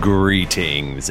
Greetings,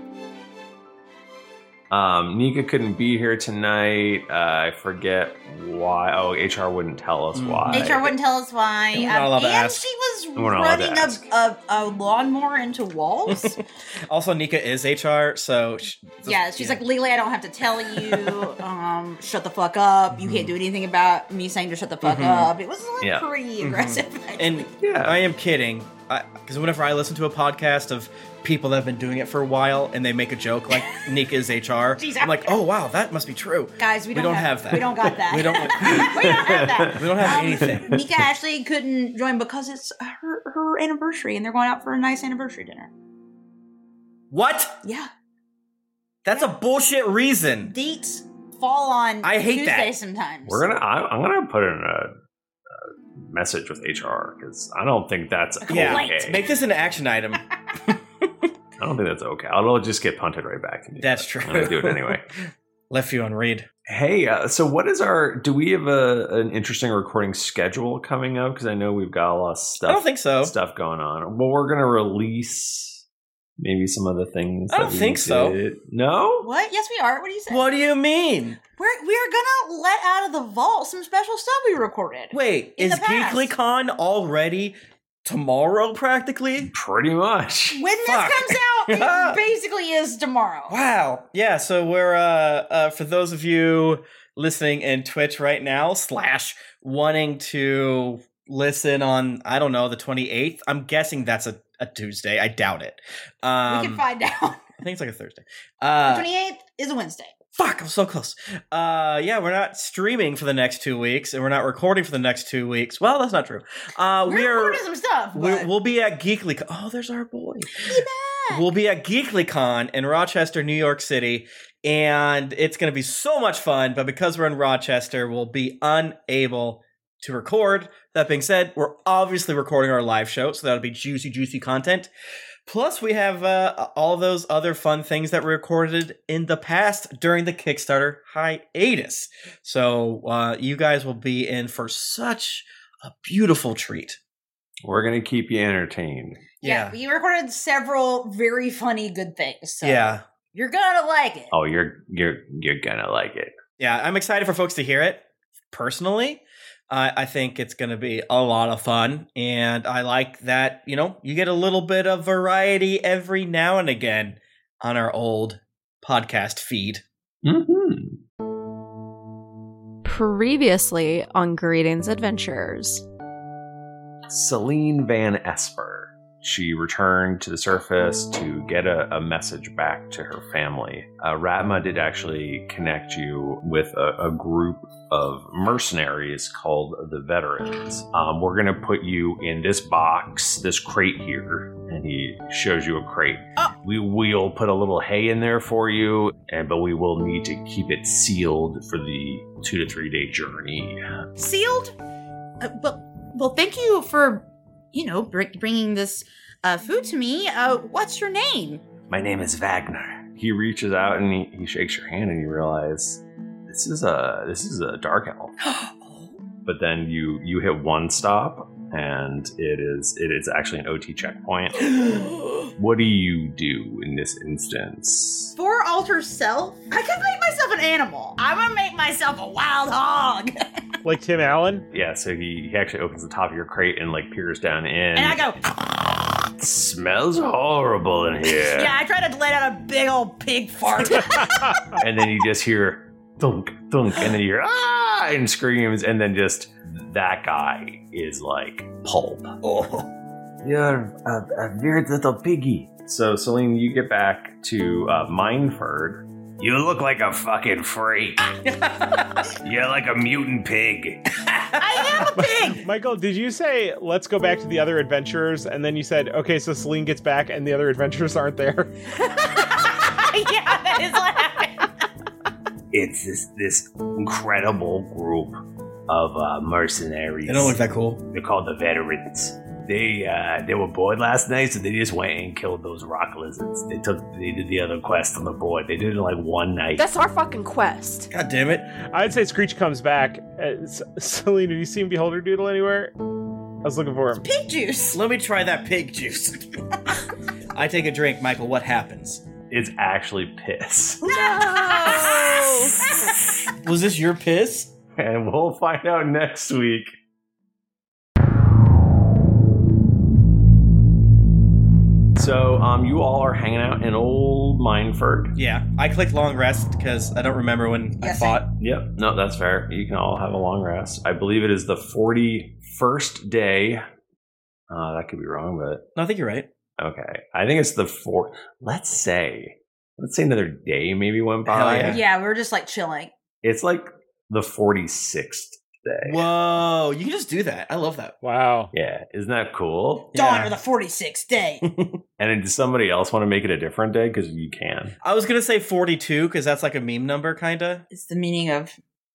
Um, Nika couldn't be here tonight. Uh, I forget why. Oh, HR wouldn't tell us Mm-hmm. why. HR wouldn't tell us why. We're not allowed Um, to and ask. she was We're not allowed to running a, a, a lawnmower into walls. Also, Nika is HR, so. sh yeah, she's like, legally, I don't have to tell you. Um, shut the fuck up. You can't do anything about me saying to shut the fuck up. It was like Yeah. pretty aggressive. And Yeah. I am kidding. Because whenever I listen to a podcast of people that have been doing it for a while and they make a joke like Nika is HR, She's I'm like, out. oh, wow, that must be true. Guys, we don't, have, that. We don't Um, got that. we don't. we don't have that. We don't have anything. Mika actually couldn't join because it's her, her anniversary, and they're going out for a nice anniversary dinner. What? Yeah. That's a bullshit reason. dates fall on I hate Tuesday that. sometimes. We're gonna. I, I'm gonna put in a, a message with HR because I don't think that's Yeah. okay. Make this an action item. I don't think that's okay. It'll just get punted right back to me. That's but true. I'm gonna do it anyway. Left you on read. Hey, uh, so what is our? Do we have a an interesting recording schedule coming up? Because I know we've got a lot of stuff. I don't think so. Stuff going on. Well, we're gonna release maybe some of the things. I that don't we think so. did. No. What? Yes, we are. What do you say? What do you mean? We're we're gonna let out of the vault some special stuff we recorded. Wait, In is the past. GeeklyCon already tomorrow practically? Pretty much. when this fuck. comes out, it basically is tomorrow. Wow. Yeah, so we're uh, uh for those of you listening in Twitch right now, slash wanting to listen on I don't know, the twenty eighth. I'm guessing that's a, a Tuesday. I doubt it. Um we can find out. I think it's like a Thursday. Uh Twenty eighth is a Wednesday. fuck, I'm so close. Uh yeah, we're not streaming for the next two weeks and we're not recording for the next two weeks. Well, that's not true. Uh We're we're recording some stuff. we but- we'll be at GeeklyCon. Oh, there's our boy. We'll be at GeeklyCon in Rochester, New York City, and it's going to be so much fun. But because we're in Rochester, we'll be unable to record. That being said, we're obviously recording our live show, so that'll be juicy, juicy content. Plus, we have uh, all those other fun things that we recorded in the past during the Kickstarter hiatus. So uh, you guys will be in for such a beautiful treat. We're gonna keep you entertained. yeah. we recorded several very funny good things. So Yeah. You're gonna like it. Oh, you're you're you're gonna like it. yeah, I'm excited for folks to hear it personally. I I think it's going to be a lot of fun. And I like that, you know, you get a little bit of variety every now and again on our old podcast feed. Mm-hmm. Previously on Greetings Adventures. Celine Van Esper. She returned to the surface to get a, a message back to her family. Uh, Ratma did actually connect you with a, a group of mercenaries called the Veterans. Um, we're going to put you in this box, this crate here. And he shows you a crate. Oh. We will put a little hay in there for you, and but we will need to keep it sealed for the two to three day journey. sealed. Uh, well, well, thank you for, you know, br- bringing this uh, food to me. Uh, what's your name? My name is Wagner. He reaches out and he, he shakes your hand, and you realize this is a this is a dark elf. But then you you hit one stop, and it is it is actually an OT checkpoint. what do you do in this instance? For alter self, I could make myself an animal. I'm gonna make myself a wild hog, Like Tim Allen? Yeah, so he, he actually opens the top of your crate and like peers down in. and I go. smells horrible in here. Yeah, I try to let out a big old pig fart. and then you just hear thunk thunk and then you hear ah and screams and then just that guy is like pulp Oh, you're a, a weird little piggy so celine you get back to uh, mineford you look like a fucking freak you're like a mutant pig I am a pig. Michael, did you say, let's go back to the other adventurers? And then you said, okay, so Celine gets back and the other adventurers aren't there? yeah, that is what happened. It's this, this incredible group of uh, mercenaries. They don't look that cool. They're called the veterans. They uh, they were bored last night, so they just went and killed those rock lizards. They took they did the other quest on the board. They did it in, like one night. That's our fucking quest. God damn it. I'd say Screech comes back. Uh, S- Celine, have you seen Beholder Doodle anywhere? I was looking for him. Pig juice. Let me try that pig juice. I take a drink, Michael. What happens? It's actually piss, No. Oh. Was this your piss? and we'll find out next week. So, um, you all are hanging out in old Mineford. Yeah. I clicked long rest because I don't remember when Yes, I fought. Yep, no, that's fair. You can all have a long rest. I believe it is the forty-first day. Uh, that could be wrong, but No, I think you're right. Okay. I think it's the four. Let's say, let's say another day maybe went Hell by. yeah. Yeah, we're just like chilling. It's like the 46th day. Whoa. You can just do that. I love that. Wow. Yeah. Isn't that cool? Yeah. Dawn of the 46th day. And then does somebody else want to make it a different day? Because you can. I was gonna say 42 because that's like a meme number, kinda. it's the meaning of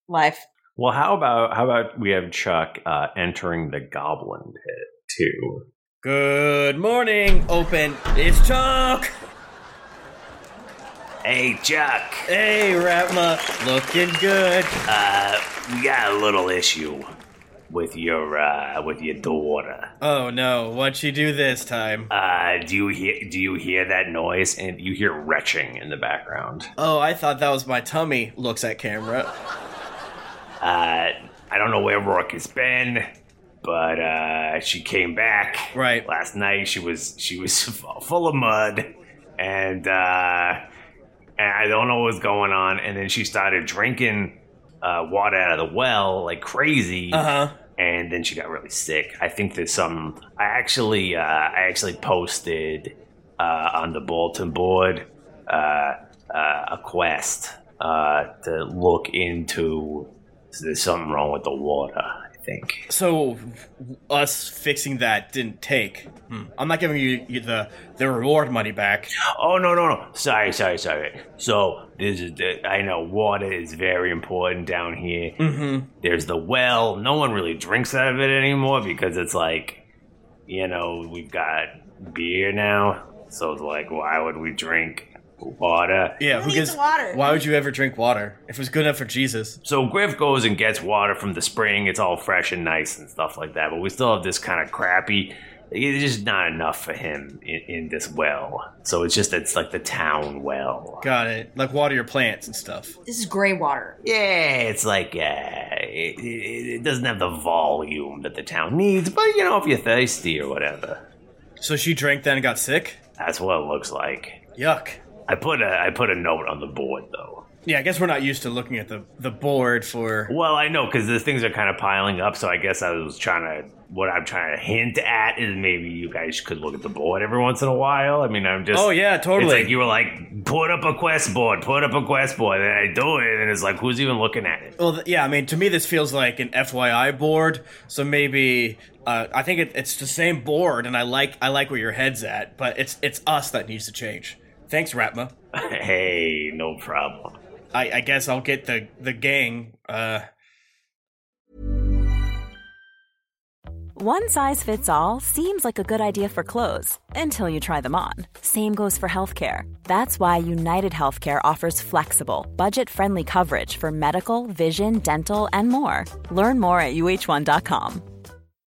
life. Well, how about how about we have Chuck uh, entering the Goblin Pit too? Good morning. Open. It's Chuck. Hey, Chuck. Hey, Ratma. Looking good. Uh, we got a little issue with your uh, with your daughter. Oh no! What'd she do this time? Uh, do you hear do you hear that noise? And you hear retching in the background. Oh, I thought that was my tummy. Looks at camera. Uh, I don't know where Rourke has been, but uh, she came back Right. last night. She was she was fu- full of mud, and uh, and I don't know what's going on. And then she started drinking uh, water out of the well like crazy, Uh huh. and then she got really sick. I think there's some. I actually uh, I actually posted uh, on the bulletin board uh, uh, a quest uh, to look into. So there's something wrong with the water. I think. So, us fixing that didn't take. Hmm. I'm not giving you, you the the reward money back. Oh no no no! Sorry sorry sorry. So this is the, I know water is very important down here. Mm-hmm. There's the well. No one really drinks out of it anymore because it's like, you know, we've got beer now. So it's like, why would we drink water? Yeah. Who Who needs gives? water? Why would you ever drink water if it was good enough for Jesus? So Griff goes and gets water from the spring. It's all fresh and nice and stuff like that. But we still have this kind of crappy. It's just not enough for him in, in this well. So it's just it's like the town well. Got it. Like water your plants and stuff. This is gray water. Yeah, it's like uh, it, it, it doesn't have the volume that the town needs. But you know, if you're thirsty or whatever, So she drank that and got sick. that's what it looks like. Yuck. I put a I put a note on the board though. Yeah, I guess we're not used to looking at the the board for. Well, I know because the things are kind of piling up, so I guess I was trying to what I'm trying to hint at is maybe you guys could look at the board every once in a while. I mean, I'm just Oh yeah, It's totally. like you were like, put up a quest board, put up a quest board, and I do it, and it's like, who's even looking at it? Well, th- yeah, I mean, to me, this feels like an FYI board. So maybe uh, I think it, it's the same board, and I like I like where your head's at, but it's it's us that needs to change. Thanks, Ratma. hey, no problem. I, I guess I'll get the the gang. Uh, One size fits all seems like a good idea for clothes until you try them on. Same goes for healthcare. That's why United Healthcare offers flexible, budget friendly coverage for medical, vision, dental, and more. Learn more at uh1.com.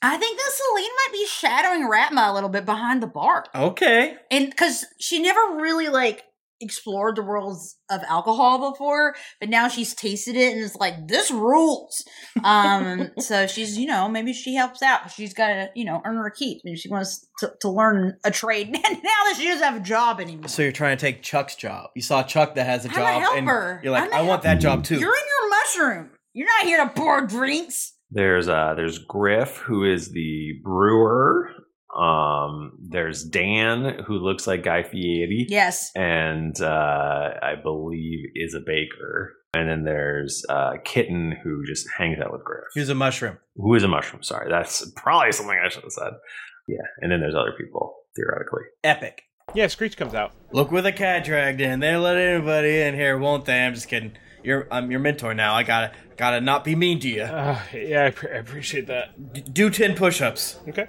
I think that Celine might be shadowing Ratma a little bit behind the bar. Okay. And because she never really like explored the worlds of alcohol before, but now she's tasted it and is like, this rules. Um, so she's, you know, maybe she helps out. She's got to, you know, earn her keep. Maybe she wants to, to learn a trade. now that she doesn't have a job anymore. So you're trying to take Chuck's job. You saw Chuck that has a I'm a job. and helper. You're like, I'm a I want that job too. You're in your mushroom. You're not here to pour drinks. There's uh there's Griff who is the brewer. Um there's Dan who looks like Guy Fieri. Yes. And uh I believe is a baker. And then there's uh Kitten who just hangs out with Griff. Here's a mushroom. Who is a mushroom, sorry. That's probably something I should have said. Yeah. And then there's other people, theoretically. Epic. Yeah, Screech comes out. Look with a cat dragged in. They let anybody in here, won't they? I'm just kidding. You're I'm your mentor now. I gotta gotta not be mean to you. Uh, yeah, I, pre- I appreciate that. D- do ten push-ups. Okay.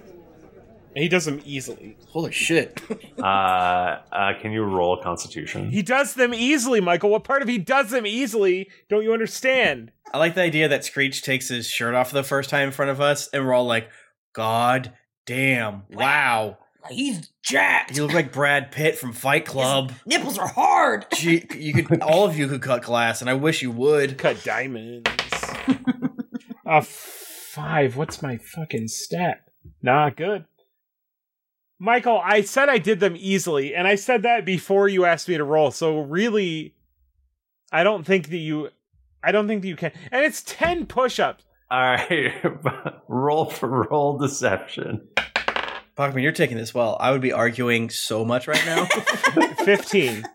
And he does them easily. Holy shit! uh uh can you roll constitution? He does them easily, Michael. What part of he does them easily don't you understand? I like the idea that Screech takes his shirt off for the first time in front of us, and we're all like, "God damn! Wow!" Like, he's jacked. You look like Brad Pitt from Fight Club. Nipples are hard. Gee, you could all of you could cut glass, and I wish you would. Cut diamonds. uh, five. What's my fucking stat? Nah, good. Michael, I said I did them easily, and I said that before you asked me to roll. So really, I don't think that you, I don't think that you can. And it's ten push-ups. All right. roll for roll deception. Bachman, you're taking this well. I would be arguing so much right now. Fifteen.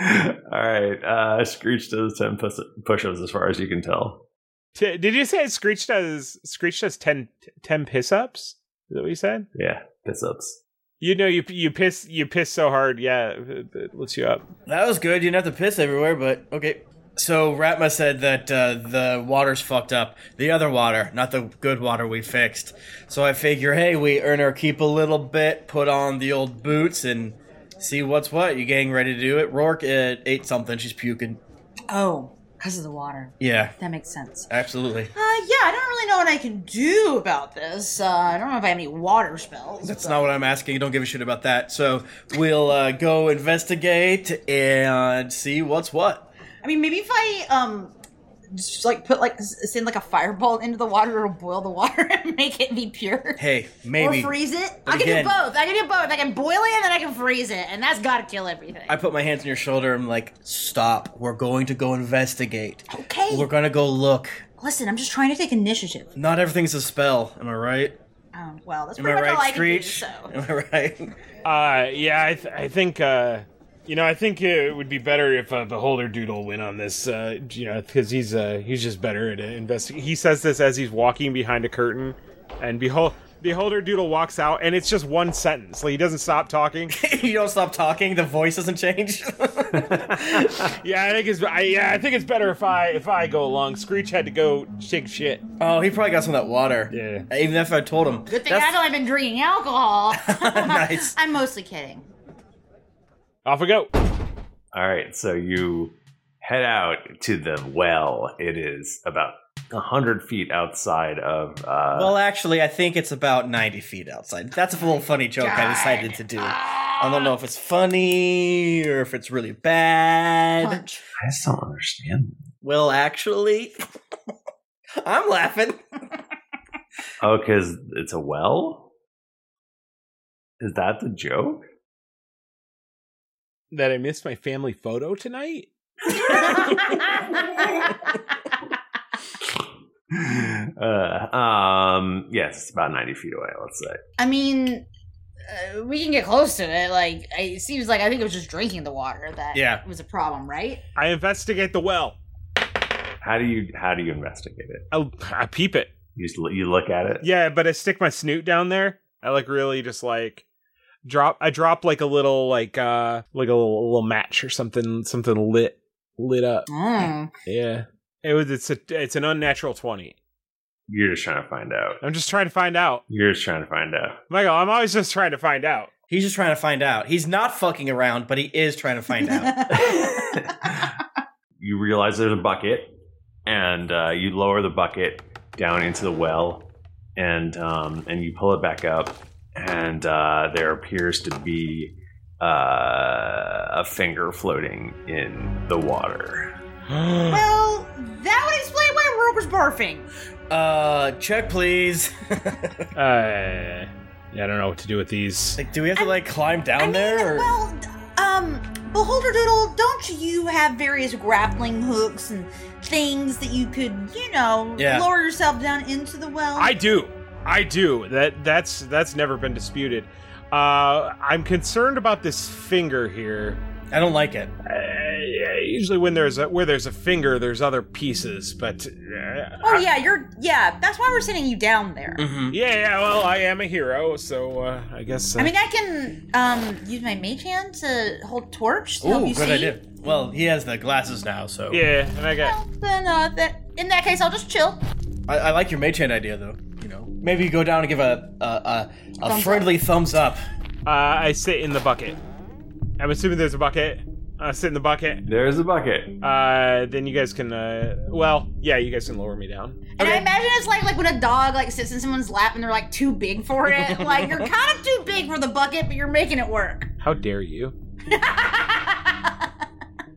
All right. Uh, Screech does 10 pus- push ups as far as you can tell. T- did you say Screech does Screech does 10, 10 piss ups? Is that what you said? Yeah, piss ups. You know you you piss you piss so hard, yeah, it, it lifts you up. That was good. You didn't have to piss everywhere, but okay. So Ratma said that uh, the water's fucked up. The other water, not the good water we fixed. So I figure, hey, we earn our keep a little bit, put on the old boots, and see what's what. You getting ready to do it? Rourke uh, ate something. She's puking. Oh, because of the water. Yeah, That makes sense. absolutely. Uh, yeah, I don't really know what I can do about this. Uh, I don't know if I have any water spells. That's not what I'm asking. You don't give a shit about that. So we'll uh, go investigate and see what's what. I mean, maybe if I um, just like put like s- send like a fireball into the water, it'll boil the water and make it be pure. Hey, maybe. Or freeze it. But I can again- do both. I can do both. I can boil it and then I can freeze it, and that's gotta kill everything. I put my hands on your shoulder. I'm like, stop. We're going to go investigate. okay. We're gonna go look. Listen, I'm just trying to take initiative. Not everything's a spell. Am I right? Um, well, that's Am pretty I much all I can right, do. Screech? So. Am I right? Uh yeah, I th- I think uh you know, I think it would be better if uh, Beholder Doodle went on this, uh, you know, because he's uh, he's just better at investigating. He says this as he's walking behind a curtain, and behold, Beholder Doodle walks out, and it's just one sentence. Like he doesn't stop talking. you don't stop talking. The voice doesn't change. yeah, I think it's I, yeah, I think it's better if I if I go along. Screech had to go shake shit. oh, he probably got some of that water. Yeah. Even if I told him. Good thing I know I've been drinking alcohol. Nice. I'm mostly kidding. Off we go. All right. So you head out to the well. It is about 100 feet outside of. Uh, Well, actually, I think it's about 90 feet outside. That's a little funny joke I decided to do. I don't know if it's funny or if it's really bad. Punch. I just don't understand. Well, actually, I'm laughing. Oh, because it's a well? Is that the joke? That I missed my family photo tonight. uh, um, yes, it's about 90 feet away, let's say. I mean, uh, we can get close to it. Like, I- it seems like I think it was just drinking the water that Yeah. was a problem, right? I investigate the well. How do you how do you investigate it? I, I peep it. You just, l- you look at it. Yeah, but I stick my snoot down there. I like really just like drop. I drop like a little like uh like a little, little match or something something lit lit up. Mm. Yeah, it was. It's a it's an unnatural twenty. You're just trying to find out. I'm just trying to find out. You're just trying to find out. Michael, I'm always just trying to find out. He's just trying to find out. He's not fucking around, but he is trying to find out. You realize there's a bucket, and uh, you lower the bucket down into the well, and um, and you pull it back up, and uh, there appears to be uh, a finger floating in the water. well, that would explain why Rogue was barfing. Uh, check please. Uh, yeah, I don't know what to do with these. Like, do we have to like climb down there? Or? Well, um, Beholder Doodle, don't you have various grappling hooks and things that you could, you know, Yeah. lower yourself down into the well? I do. I do. That that's that's never been disputed. Uh, I'm concerned about this finger here. I don't like it. Uh, usually, when there's a where there's a finger, there's other pieces. But uh, Oh yeah, you're yeah. That's why we're sending you down there. yeah, yeah. Well, I am a hero, so uh, I guess. Uh, I mean, I can um use my mage hand to hold torch to help you see. Well, he has the glasses now, so yeah, and I got Then uh, that in that case, I'll just chill. I, I like your mage hand idea though. You know, maybe you go down and give a a, a, a Thumbs friendly thumbs up. Uh, I sit in the bucket. I'm assuming there's a bucket. I sit in the bucket. There's a bucket. Uh, then you guys can. Uh, well, yeah, you guys can lower me down. And I imagine it's like like when a dog like sits in someone's lap and they're like too big for it. like you're kind of too big for the bucket, but you're making it work. How dare you?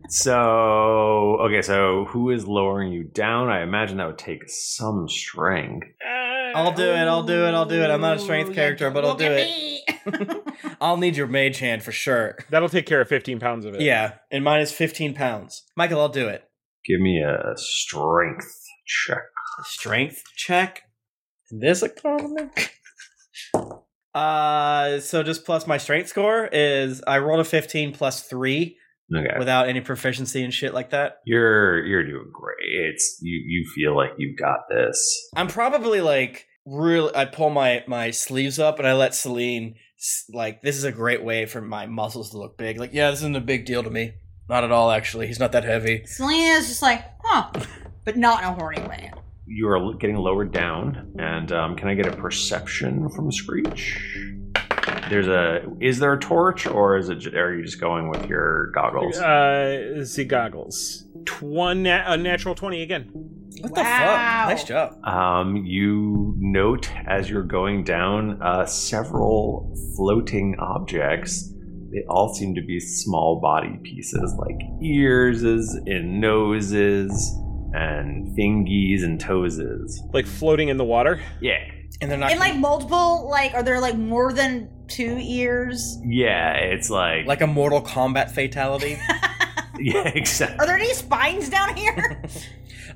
So okay, so who is lowering you down? I imagine that would take some strength. Uh, I'll do it. I'll do it. I'll do it. I'm not a Oh, strength character, but I'll do it. I'll need your mage hand for sure. That'll take care of 15 pounds of it. Yeah, and mine is 15 pounds. Michael, I'll do it. Give me a strength check. Strength check. This economy. Uh, so just plus my strength score is I rolled a 15 plus three Okay. without any proficiency and shit like that. You're you're doing great. It's you you feel like you got this. I'm probably like really. I pull my my sleeves up and I let Celine s- like this is a great way for my muscles to look big. Like yeah, this isn't a big deal to me. Not at all, actually. He's not that heavy. Selena is just like, huh, but not in a horny way. You are l- getting lowered down, and um, can I get a perception from Screech? There's a is there a torch or is it j- are you just going with your goggles? Uh, see goggles. One a natural 20 again. What the fuck? Nice job. Um, you note as you're going down uh, several floating objects. They all seem to be small body pieces, like ears and noses and fingies and toeses. Like floating in the water? Yeah. And they're And like multiple, like are there like more than two ears? Yeah, it's like like a Mortal Kombat fatality. yeah, exactly. Are there any spines down here?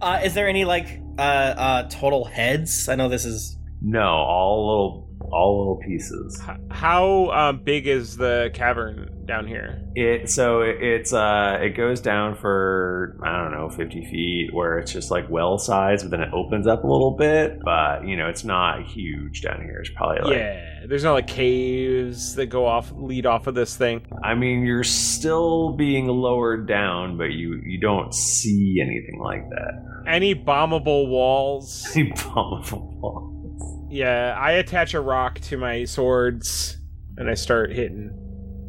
Uh, is there any like uh, uh, total heads? I know this is No, all little, all little pieces. How um, big is the cavern down here? It so it- it's uh it goes down for I don't know fifty feet where it's just like well size, but then it opens up a little bit. But you know it's not huge down here. It's probably like yeah, there's no like caves that go off, lead off of this thing. I mean you're still being lowered down, but you you don't see anything like that. Any bombable walls? Bombable. yeah, I attach a rock to my swords and I start hitting.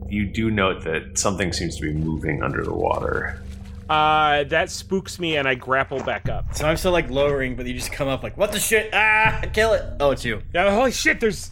You do note that something seems to be moving under the water. Uh, that spooks me and I grapple back up. so I'm still like lowering, but you just come up like what the shit? Ah, kill it! Oh, it's you. Yeah, holy shit, there's.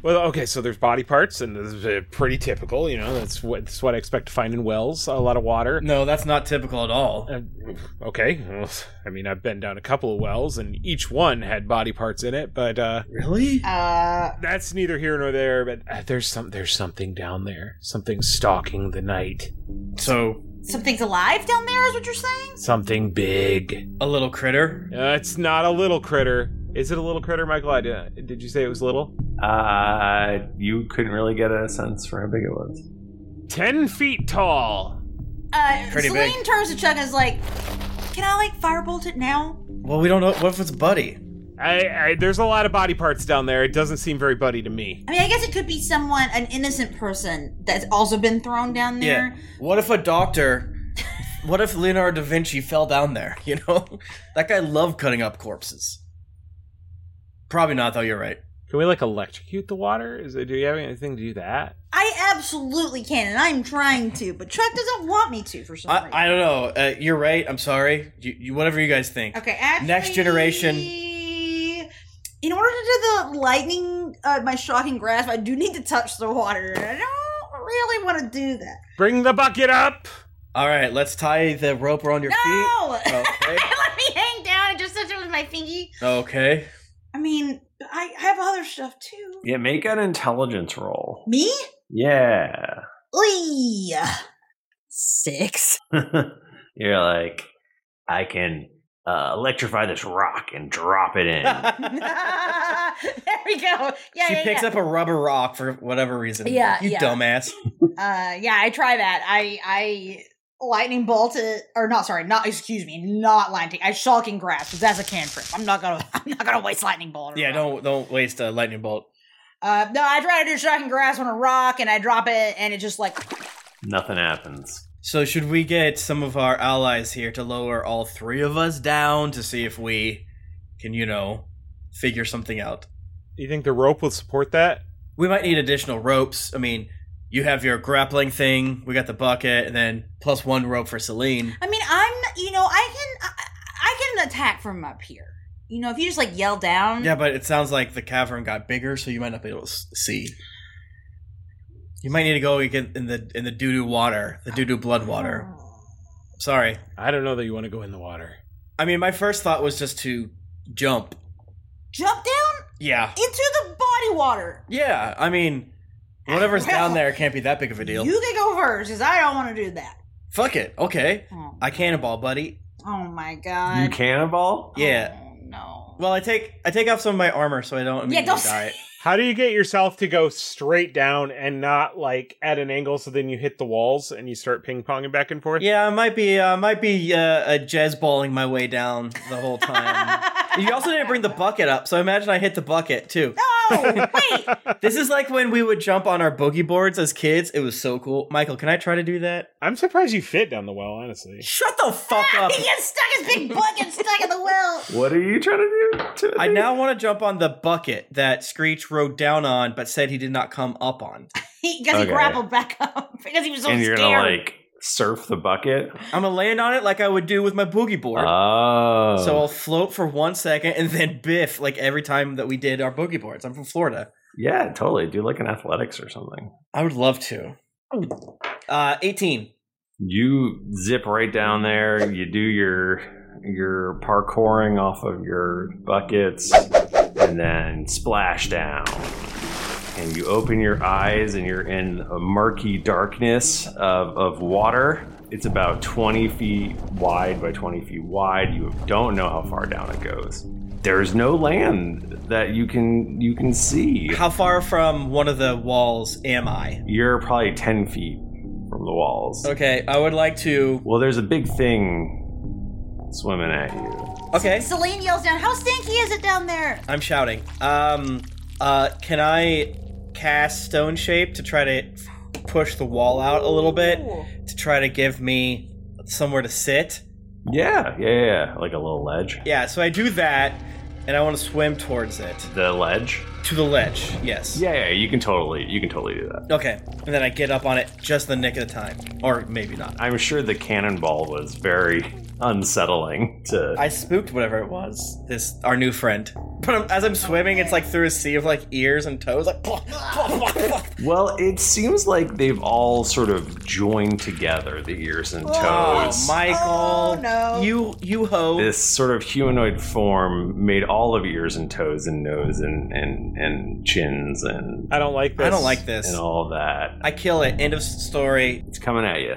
Well, okay, so there's body parts, and this is uh, pretty typical. You know, that's what that's what I expect to find in wells. A lot of water. No, that's not typical at all. Uh, okay, well, I mean, I've been down a couple of wells, and each one had body parts in it, but uh, Really? uh, that's neither here nor there. But uh, there's some there's something down there, something stalking the night. So Something's alive down there, is what you're saying? Something big. A little critter? Uh, it's not a little critter. Is it a little critter, Michael? I did, did you say it was little? Uh, you couldn't really get a sense for how big it was. Ten feet tall. Uh, Pretty Celine big. turns to Chuck and is like, "Can I like firebolt it now?" Well, we don't know. What if it's Buddy? I, I there's a lot of body parts down there. It doesn't seem very buddy to me. I mean, I guess it could be someone, an innocent person that's also been thrown down there. What if a doctor? What if Leonardo da Vinci fell down there? You know, that guy loved cutting up corpses. Probably not, though. You're right. Can we like electrocute the water? Is it, do you have anything to do that? I absolutely can, and I'm trying to, but Chuck doesn't want me to for some reason. I, I don't know. Uh, you're right. I'm sorry. You, you, whatever you guys think. okay, actually, Next generation. In order to do the lightning, uh, my shocking grasp, I do need to touch the water, and I don't really want to do that. Bring the bucket up. All right, let's tie the rope around your No, feet. Okay. let me hang down and just touch it with my fingy. okay. I mean, I I have other stuff too. Yeah, make an intelligence roll. Me? Yeah. Lee. Six. You're like, I can uh, electrify this rock and drop it in. there we go. Yeah, she yeah, picks yeah. up a rubber rock for whatever reason. Yeah, You yeah. dumbass. Uh, yeah, I try that. I I lightning bolt it, or not? Sorry, not. Excuse me, not lightning. I shocking grasp because that's a cantrip. I'm not gonna. I'm not gonna waste lightning bolt. on a Yeah, rock. don't don't waste a lightning bolt. Uh, no, I try to do shocking grasp on a rock, and I drop it, and it just like. Nothing happens. So should we get some of our allies here to lower all three of us down to see if we can, you know, figure something out? Do you think the rope will support that? We might need additional ropes. I mean, you have your grappling thing. We got the bucket, and then plus one rope for Celine. I mean, I'm. You know, I can. I, I can attack from up here. You know, if you just like yell down. Yeah, but it sounds like the cavern got bigger, so you might not be able to s- see. You might need to go again in the in the doo doo water, the doo doo blood water. Oh. Sorry, I don't know that you want to go in the water. I mean my first thought was just to jump. Jump down Yeah, into the body water. yeah. I mean, whatever's down there can't be that big of a deal. You can go first, because I don't want to do that. Fuck it. Okay, Oh, I cannonball, buddy. oh my You god. cannonball? Yeah. Oh, no. Well, I take I take off some of my armor so I don't Yeah, immediately don't die. How do you get yourself to go straight down and not like at an angle so then you hit the walls and you start ping ponging back and forth? Yeah, I might be uh, I might be uh, uh, jazz balling my way down the whole time. you also didn't bring the bucket up, so imagine I hit the bucket too. No, wait. This is like when we would jump on our boogie boards as kids. It was so cool. Michael, can I try to do that? I'm surprised you fit down the well, honestly. Shut the fuck up. Ah, he gets stuck. His big butt gets stuck in the well. What are you trying to do? Timothy? I now want to jump on the bucket that Screech rode down on, but said he did not come up on. He because Okay. he grappled back up because he was so and you're scared. gonna like surf the bucket. I'm gonna land on it like I would do with my boogie board. Oh, So I'll float for one second and then biff like every time that we did our boogie boards. I'm from Florida. yeah, totally. Do like an athletics or something. I would love to. Uh, 18. You zip right down there. You do your your parkouring off of your buckets, and then splash down. And you open your eyes, and you're in a murky darkness of, of water. It's about 20 feet wide by 20 feet wide. You don't know how far down it goes. There's no land that you can you can see. How far from one of the walls am I? You're probably 10 feet from the walls. Okay, I would like to. Well, there's a big thing swimming at you. Okay. Celine yells down, "How stinky is it down there?" I'm shouting. Um, uh, can I cast Stone Shape to try to push the wall out a little bit to try to give me somewhere to sit? Yeah, yeah, yeah, yeah. Like a little ledge. Yeah, so I do that, and I want to swim towards it The ledge. to the ledge. Yes. Yeah, yeah. You can totally, you can totally do that. Okay, and then I get up on it just the nick of the time, or maybe not. I'm sure the cannonball was very unsettling to. I spooked whatever it was. This our new friend. But I'm, as I'm swimming, it's like through a sea of like ears and toes, like. Oh, well, it seems like they've all sort of joined together the ears and toes. Oh, Michael! Oh, no. You you ho! This sort of humanoid form made all of ears and toes and nose and and, and chins and I don't like this. I don't like this. and all that. I kill it. End of story. It's coming at you.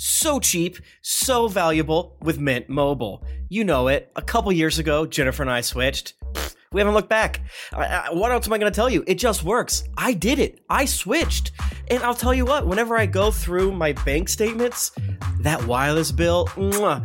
so cheap, so valuable with Mint Mobile. You know it. A couple years ago, Jennifer and I switched. Pfft, We haven't looked back. I- I- what else am I going to tell you? It just works. I did it. I switched. And I'll tell you what, whenever I go through my bank statements, that wireless bill, mwah,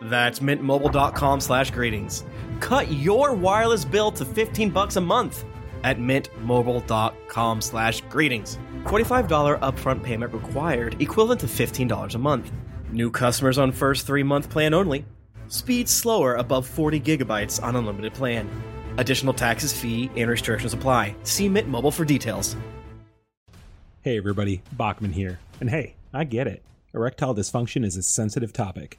That's mintmobile.com slash greetings. Cut your wireless bill to 15 bucks a month at mintmobile.com slash greetings. $45 upfront payment required, equivalent to $15 a month. New customers on first three-month plan only. Speed slower above 40 gigabytes on unlimited plan. Additional taxes, fee, and restrictions apply. See Mint Mobile for details. Hey, everybody, Bachman here. And hey, I get it. Erectile dysfunction is a sensitive topic,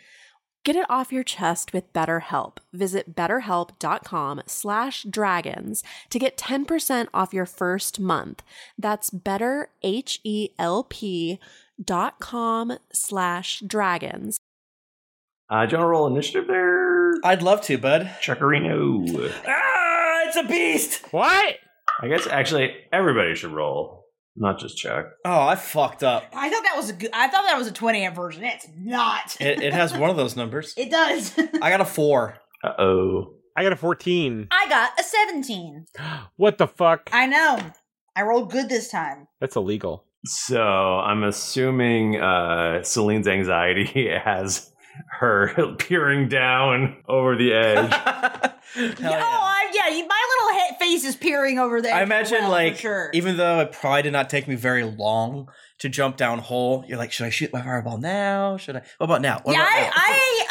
Get it off your chest with BetterHelp. Visit betterhelp.com slash dragons to get 10% off your first month. That's betterhelp.com slash dragons. Uh, do you want to roll initiative there? I'd love to, bud. Chuckarino. Ah, it's a beast! What? I guess actually everybody should roll, not just Chuck. Oh, I fucked up. I thought that was a good. I thought that was a twenty amp version. It's not. It, it has one of those numbers. It does. I got a four. Uh oh. I got a 14. I got a seventeen. What the fuck? I know. I rolled good this time. That's illegal. So I'm assuming uh, Celine's anxiety has her peering down over the edge. oh, I, yeah. You, my little head, face is peering over there. I imagine, Well, for like, sure. even though it probably did not take me very long to jump down hole, you're like, should I shoot my fireball now? Should I? What about now? What yeah, about I, now? I,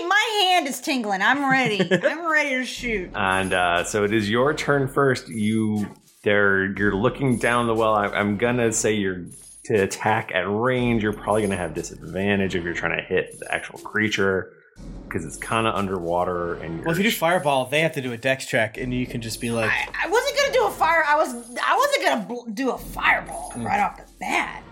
I, my hand is tingling. I'm ready. I'm ready to shoot. And uh, so it is your turn first. You there. You're looking down the well. I, I'm gonna say you're to attack at range. You're probably gonna have disadvantage if you're trying to hit the actual creature because it's kind of underwater. And you're Well, if you do fireball, they have to do a dex check, and you can just be like, I wasn't gonna do a fire. I was. I wasn't gonna bl- do a fireball right off the bat.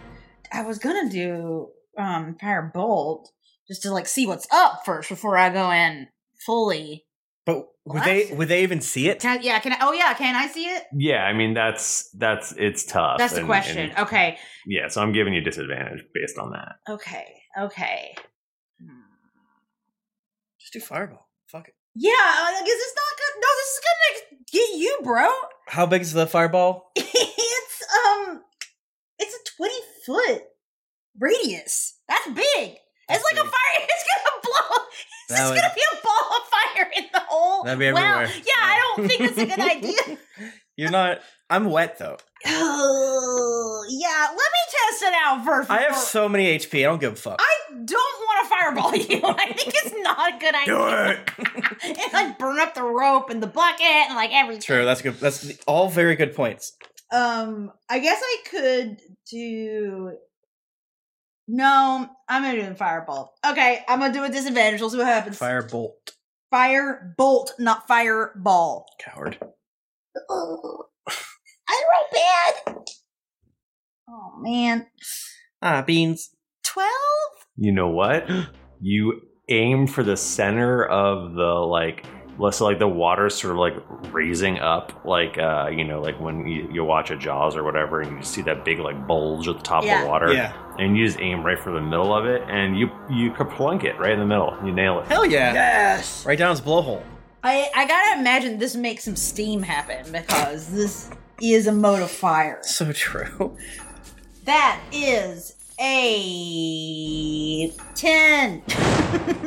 I was gonna do um firebolt just to like see what's up first before I go in fully. but would they would they even see it? Can I, yeah. Can I? Oh yeah. Can I see it? yeah, I mean that's that's it's tough. That's the and- question. and- okay. yeah, so I'm giving you disadvantage based on that. Okay. Okay. Just do fireball. Fuck it. Yeah. I guess it's not good. No, this is gonna get you, bro. How big is the fireball? it's um, it's a twenty foot radius. That's big. That's it's like a big. fire. It's gonna blow. It's That just would- gonna be a ball of fire in the hole. That'd be Wow. everywhere. Yeah, I don't think that's a good idea. You're not. I'm wet though. Oh, yeah, let me test it out first. I have before- so many HP. I don't give a fuck. I don't want to fireball you. I think it's not a good idea. and like burn up the rope and the bucket and like everything. True. That's good. That's all very good points. Um, I guess I could do. No, I'm gonna do a fireball. Okay, I'm gonna do a disadvantage. We'll see what happens. Firebolt. Fire bolt, not fireball. Coward. Oh, I roll bad. Oh man, Ah, beans. twelve. you know what? You aim for the center of the like less so like the water sort of like raising up like uh you know like when you, you watch a jaws or whatever and you see that big like bulge at the top of Yeah. the water Yeah. and you just aim right for the middle of it and you you plunk it right in the middle you nail it Hell yeah. Yes. Right down his blowhole. I I gotta imagine this makes some steam happen because this is a mode of fire. So true. That is a ten.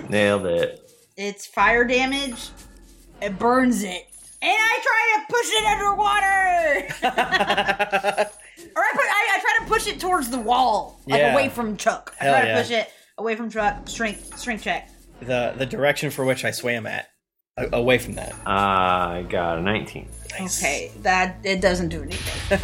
nailed it It's fire damage. It burns it. And I try to push it underwater! or I, put, I, I try to push it towards the wall. Like Yeah. away from Chuck. I Hell try yeah. to push it away from Chuck. Strength, strength check. the the direction for which I swam at, a- away from that. i got a 19 Okay, that it doesn't do anything.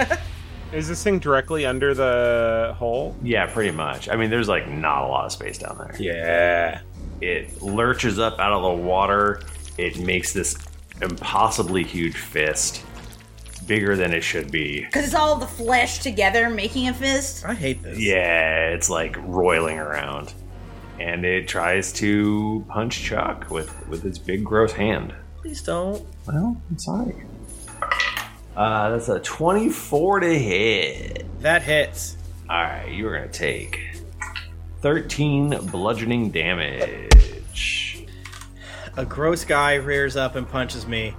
Is this thing directly under the hole? yeah pretty much i mean there's like not a lot of space down there Yeah. it lurches up out of the water. It makes this impossibly huge fist, bigger than it should be. Because it's all the flesh together making a fist. I hate this. Yeah, it's like roiling around. And it tries to punch Chuck with, with its big, gross hand. Please don't. Well, I'm sorry. Uh, that's a 24 to hit. That hits. Alright, you're gonna take 13 bludgeoning damage. A gross guy rears up and punches me.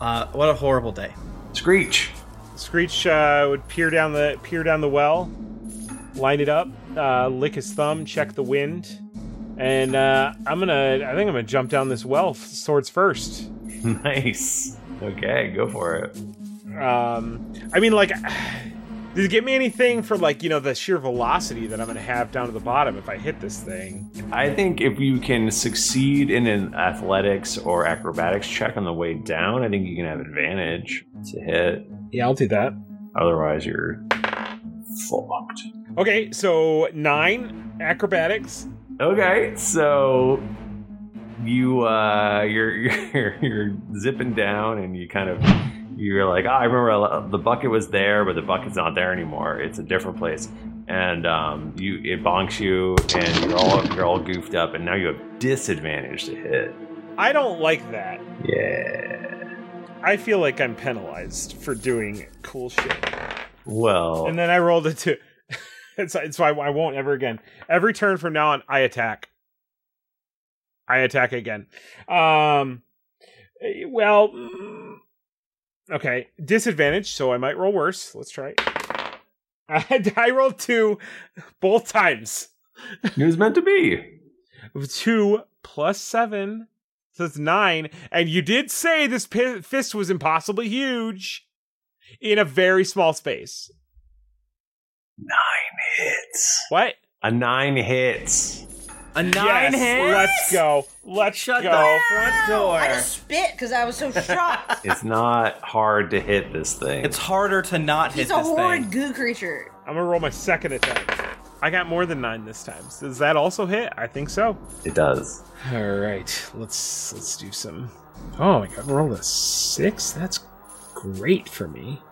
Uh, what a horrible day. Screech! Screech uh, would peer down the peer down the well, line it up, uh, lick his thumb, check the wind, and uh, I'm gonna. I think I'm gonna jump down this well, f- swords first. nice. Okay, go for it. Um, I mean, like, does it get me anything for like you know the sheer velocity that I'm gonna have down to the bottom if I hit this thing? I think if you can succeed in an athletics or acrobatics check on the way down, I think you can have advantage to hit. Yeah, I'll do that. Otherwise, you're fucked. Okay, so nine acrobatics. Okay, so you uh, you're, you're you're zipping down, and you kind of you're like, oh, I remember I lo- the bucket was there, but the bucket's not there anymore. It's a different place, and um, you it bonks you, and you're all you're all goofed up, and now you have disadvantage to hit. I don't like that. Yeah. I feel like I'm penalized for doing cool shit. Well, And then I rolled a two. it's, it's why I won't ever again. Every turn from now on, I attack. I attack again. Um, eh, well, mm, okay, disadvantage, so I might roll worse. Let's try. it. I, I rolled two both times. It was meant to be. Two plus seven, so it's nine. And you did say this pi fist was impossibly huge in a very small space. Nine hits. What? A nine hits. A Yes, Let's go. Let's Shut go. the front door. I just spit because I was so shocked. It's not hard to hit this thing. It's harder to not hit He's a this horrid thing. goo creature. I'm gonna roll my second attack. I got more than nine this time. So does that also hit? I think so. it does. All right, let's let's do some. Oh my god, roll a six. That's great for me.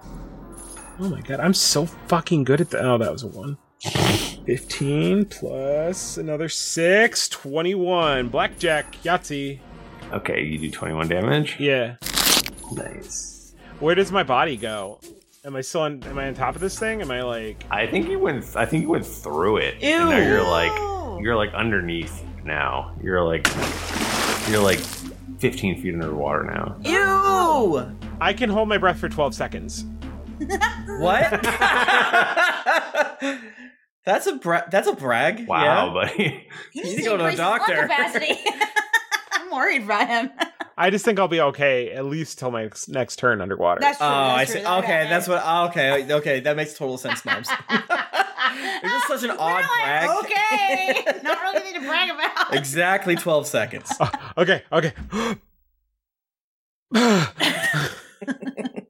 Oh my god, I'm so fucking good at that. Oh, that was a one. 15 plus another 6, 21. Blackjack, Yahtzee. Okay, you do 21 damage. Yeah. Nice. Where does my body go? Am I still on, am I on top of this thing? Am I like, I think you went. I think you went through it. And now you're like you're like underneath now. You're like you're like 15 feet underwater now. Ew! I can hold my breath for 12 seconds. What? that's a bra- that's a brag. Wow, yeah. buddy. He You needs need to to go to a increase his lung doctor. capacity. I'm worried about him. I just think I'll be okay at least till my ex- next turn underwater. That's true. Oh, I that's see. true. Okay, that's what. oh, Okay, okay, that makes total sense, Norms. It's just such an odd brag. Okay, not really need to brag about. Exactly twelve seconds. okay, okay.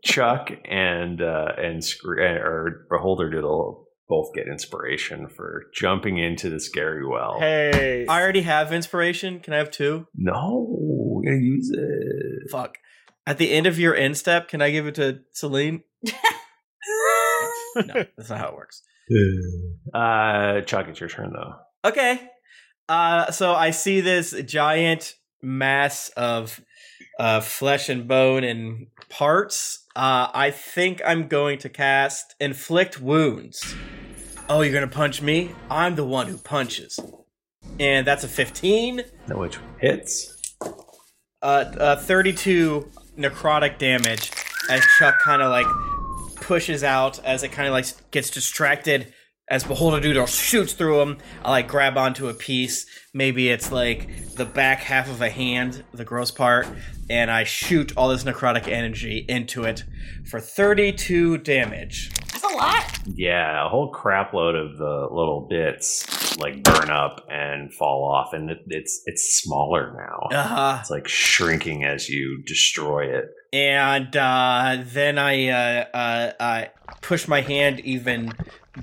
Chuck and uh, and Scre- or Beholder Doodle both get inspiration for jumping into the scary well. hey. I already have inspiration. Can I have two? No, we're gonna use it. Fuck. At the end of your end step, can I give it to Celine? No, that's not how it works. Uh, Chuck, it's your turn though. Okay. Uh, so I see this giant mass of uh, flesh and bone and parts. Uh, I think I'm going to cast Inflict Wounds. Oh, you're going to punch me? I'm the one who punches. And that's a 15, Now which hits? uh, uh, 32 necrotic damage as Chuck kind of like pushes out as it kind of like gets distracted as Beholder Doodle shoots through him. I like grab onto a piece. Maybe it's like the back half of a hand, the gross part, and I shoot all this necrotic energy into it for 32 damage. That's a lot. Yeah, a whole crapload of the little bits like burn up and fall off, and it, it's it's smaller now. Uh huh. It's like shrinking as you destroy it. and uh, then I uh, uh, I push my hand even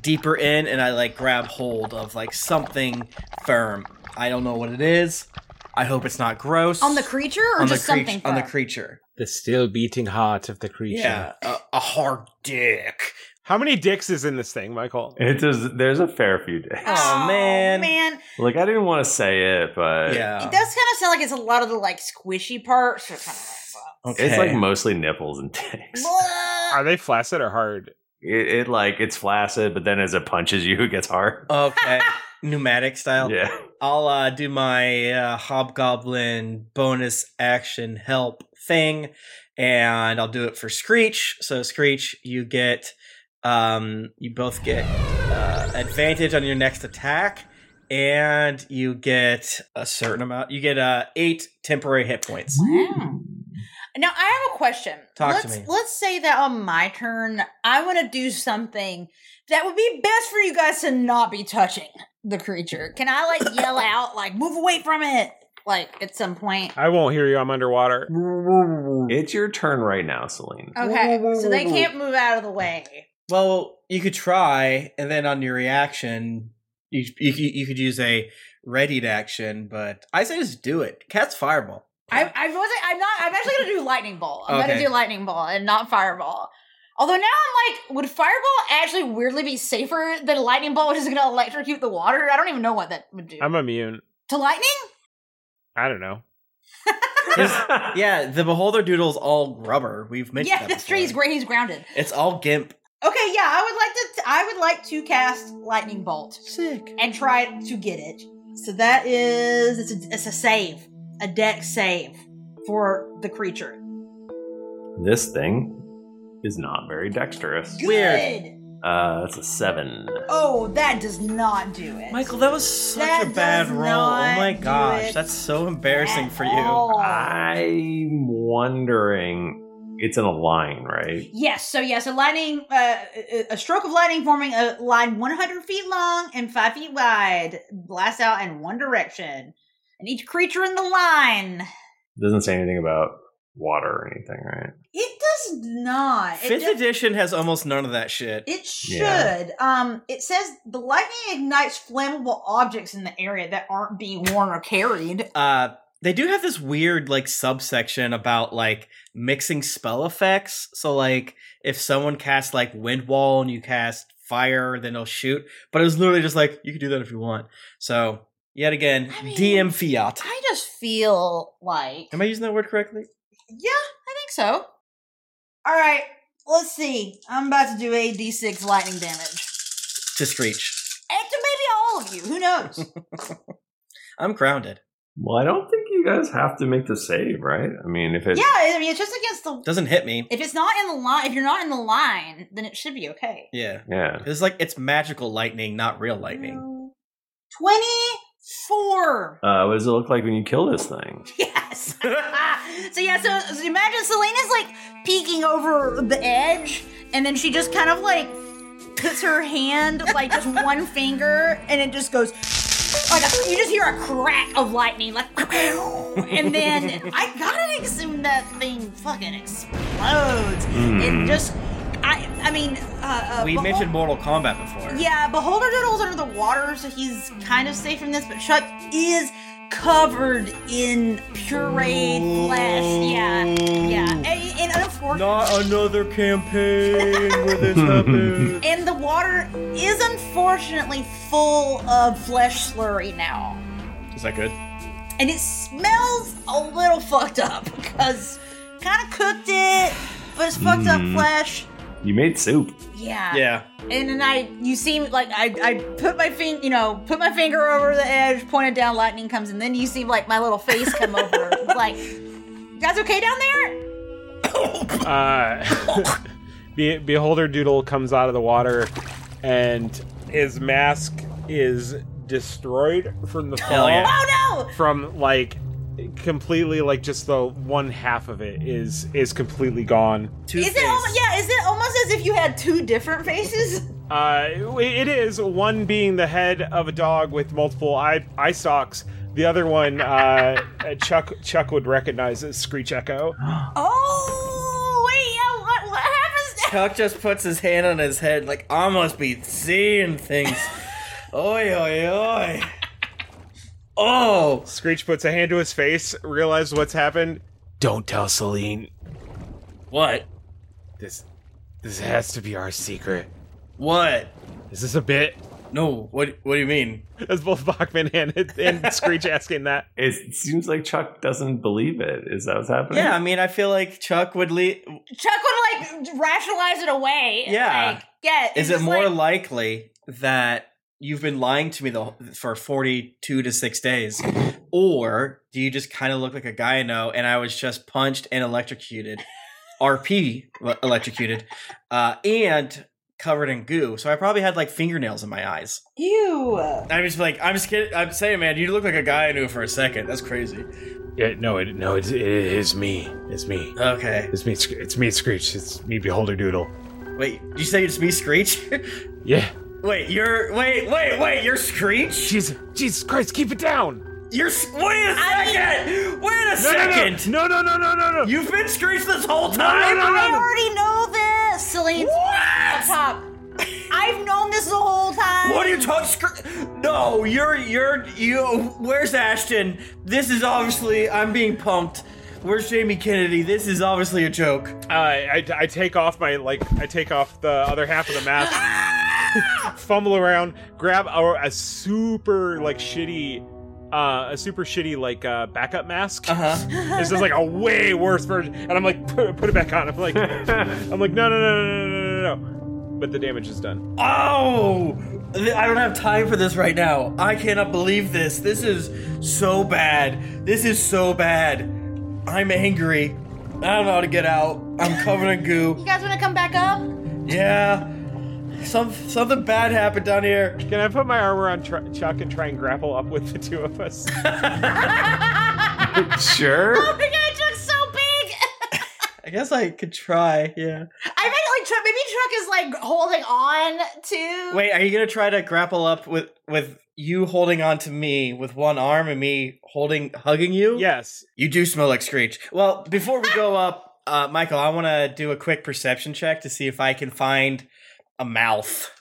deeper in, and I like grab hold of like something firm. I don't know what it is. I hope it's not gross. On the creature or On the just creat- something? on the firm? creature. the still beating heart of the creature. Yeah, a, a hard dick. How many dicks is in this thing, Michael? It does. There's a fair few days. Oh, man. Oh. man, Like I didn't want to say it, but Yeah, it does kind of sound like it's a lot of the like squishy parts. Or kind Okay. it's like mostly nipples and dicks. Are they flaccid or hard? It, it like it's flaccid, but then as it punches you, it gets hard. okay, pneumatic style. Yeah. I'll uh, do my uh, hobgoblin bonus action help thing, and I'll do it for Screech. So Screech, you get, um, you both get uh, advantage on your next attack, and you get a certain amount. You get uh, eight temporary hit points. Wow. Now I have a question. Talk to let's me. let's say that on my turn, I want to do something that would be best for you guys to not be touching the creature. Can I like yell out, like move away from it, like at some point? Uh, I won't hear you. I'm underwater. mm. It's your turn right now, Celine. Okay, so they can't move out of the way. Well, you could try, and then on your reaction, you you, you could use a readied action. But I say just do it. Cat's fireball. I, I wasn't. I'm not. I'm actually gonna do lightning bolt. I'm Okay. gonna do lightning bolt and not fireball. Although now I'm like, would fireball actually weirdly be safer than lightning bolt, which is gonna electrocute the water? I don't even know what that would do I'm immune. to lightning. I don't know. yeah, the beholder doodle's all rubber. We've mentioned yeah, that. that's true. He's great. He's grounded. It's all gimp. Okay, yeah, I would like to. I would like to cast lightning bolt. Sick. And try to get it. So that is it's a, it's a save, a deck save for the creature. This thing is not very dexterous. Weird. Uh, that's a seven. Oh, that does not do it. Michael, that was such That a bad does roll. Oh not my do gosh, it that's so embarrassing for you. Um, Ah. all. I'm wondering. It's in a line, right? Yes. So yes, a lightning, uh, a- a stroke of lightning forming a line 100 feet long and five feet wide blasts out in one direction, and each creature in the line. Doesn't say anything about water or anything, right? It does not. It Fifth does- edition has almost none of that shit. It should. Yeah. Um, it says the lightning ignites flammable objects in the area that aren't being worn or carried. uh they do have this weird like subsection about like mixing spell effects so like if someone casts like wind wall and you cast fire then they'll shoot but it was literally just like you can do that if you want so yet again I mean, dm fiat I just feel like am i using that word correctly Yeah, I think so. All right, let's see. I'm about to do a d6 lightning damage. just reach And to maybe all of you. Who knows? i'm grounded Well, I don't think you guys have to make the save, right? I mean, if it yeah, I mean, it's just against the. doesn't hit me If it's not in the line, if you're not in the line, then it should be okay. yeah yeah. it's like it's magical lightning not real lightning Twenty-four. Uh, what does it look like when you kill this thing? Yes. so yeah, so, so imagine Selena's like peeking over the edge, and then she just kind of like puts her hand, like just one finger, and it just goes like a, you just hear a crack of lightning, like, and then I gotta assume that thing fucking explodes. Hmm. It just, I, I mean, uh, uh, we Behol- mentioned mortal kombat before yeah, Beholder Doodle's under the water, so he's kind of safe from this, but Chuck is covered in pureed flesh. Yeah, yeah. And, and unfortunately, not another campaign where this happens and the water is unfortunately full of flesh slurry now. is that good And it smells a little fucked up because kind of cooked it, but it's fucked up flesh. You made soup. Yeah. yeah And then I, you see, like I, I put my finger, you know, put my finger over the edge, pointed down, lightning comes, and then you see like my little face come over, It's like, "You guys okay down there? Uh, Be- Beholder Doodle comes out of the water, and his mask is destroyed from the Hell fall. yeah. Oh no! From like completely, like just the one half of it is is completely gone. Is it almost, yeah? Is it almost as if you had two different faces? Uh, it is one being the head of a dog with multiple eye eye stalks. The other one, uh, Chuck Chuck would recognize as Screech Echo. Oh wait, yeah, what what happens? now? Chuck just puts his hand on his head, like I must be seeing things. oi, oi, oi. Oh, Screech puts a hand to his face, realizes what's happened. Don't tell Celine. what? This this has to be our secret. What? Is this a bit? No. What? What do you mean? That's both Bachman and, and Screech asking that. It seems like Chuck doesn't believe it. Is that what's happening? Yeah, I mean, I feel like Chuck would leave. Chuck would like rationalize it away. and, Yeah. like, yeah. it's Is it just more like, likely that you've been lying to me the, for forty-two to six days, or do you just kind of look like a guy I know and I was just punched and electrocuted, RP le- electrocuted, uh, and covered in goo? So I probably had like fingernails in my eyes. ew? I'm just like, I'm just kidding. I'm saying, man, you look like a guy I knew for a second. That's crazy. Yeah, no, it, no, it, it is me. It's me. Okay. It's me. Scr- It's me, Screech. It's me, Beholder Doodle. Wait, did you say it's me, Screech? Yeah. wait, you're. Wait, wait, wait, you're Screech? Jesus, Jesus Christ, keep it down. You're. S- Wait a second! Wait a No, no, no. second! No, no, no, no, no, no. You've been Screech this whole time? no, I no, no. already know this, Celine's What? top. I've known this the whole time. What are you talking? Scr- no, you're you're you. Where's Ashton? This is obviously I'm being pumped. Where's Jamie Kennedy? This is obviously a joke. Uh, I, I take off my like I take off the other half of the mask, fumble around, grab a, a super like shitty uh, a super shitty like uh, backup mask. Uh-huh. this is like a way worse version, and I'm like, put, put it back on. I'm like, I'm like, no, no, no, no, no, no, no, no. But the damage is done. Oh, th- I don't have time for this right now. I cannot believe this. This is so bad. This is so bad. I'm angry. I don't know how to get out. I'm covered in goo. You guys want to come back up? Yeah. Some something bad happened down here. Can I put my armor on tr- Chuck and try and grapple up with the two of us? sure. Oh my god, Chuck's so big! I guess I could try. Yeah. I meant like Chuck. Maybe Chuck is like holding on to. Wait, are you gonna try to grapple up with with you holding on to me with one arm and me holding hugging you? yes. You do smell like Screech. Well, before we go up, uh, Michael, I want to do a quick perception check to see if I can find a mouth.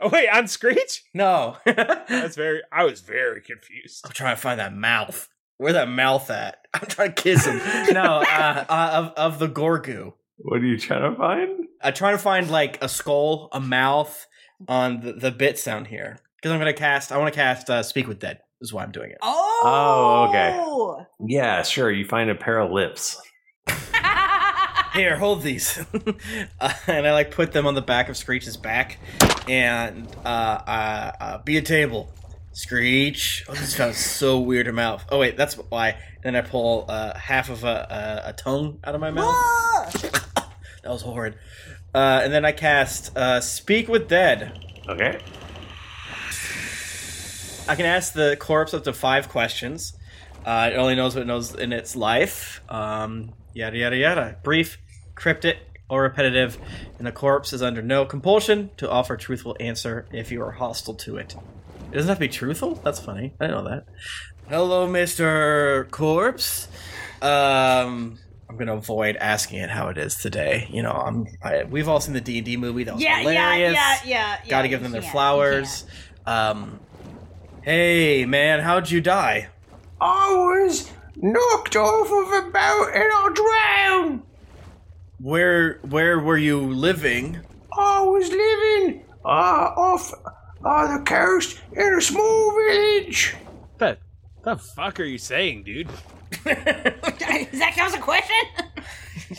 Oh wait, on Screech? No, I'm That's very. I was very confused. trying to find that mouth. Where that mouth at? I'm trying to kiss him. No, uh, uh, of of the Gorgu. What are you trying to find? I'm trying to find like a skull, a mouth on the, the bits down here because I'm gonna cast. I want to cast uh, Speak with Dead. Is why I'm doing it. Oh. Oh, okay. Yeah, sure. You find a pair of lips. Here, hold these. uh, and I like put them on the back of Screech's back. And uh, uh, uh, be a table. Screech. Oh, this sounds so weird in mouth. Oh, wait, that's why. Then I pull uh, half of a, a, a tongue out of my mouth. that was horrid. Uh, and then I cast uh, Speak with Dead. Okay. I can ask the corpse up to five questions. Uh, it only knows what it knows in its life. Um, yada, yada, yada. Brief, cryptic, or repetitive. And the corpse is under no compulsion to offer a truthful answer if you are hostile to it. It doesn't have to be truthful? That's funny. I didn't know that. Hello, Mr. Corpse. Um. I'm gonna avoid asking it how it is today. You know, I'm. I, we've all seen the D and D movie. That was Yeah, yeah, hilarious. yeah, yeah, yeah. Got to give you them their can't, you flowers. Um, hey man, how'd you die? I was knocked off of a boat and I drowned. Where where were you living? I was living uh, off uh, the coast in a small village. The the fuck are you saying, dude? can't. Is that count as a question?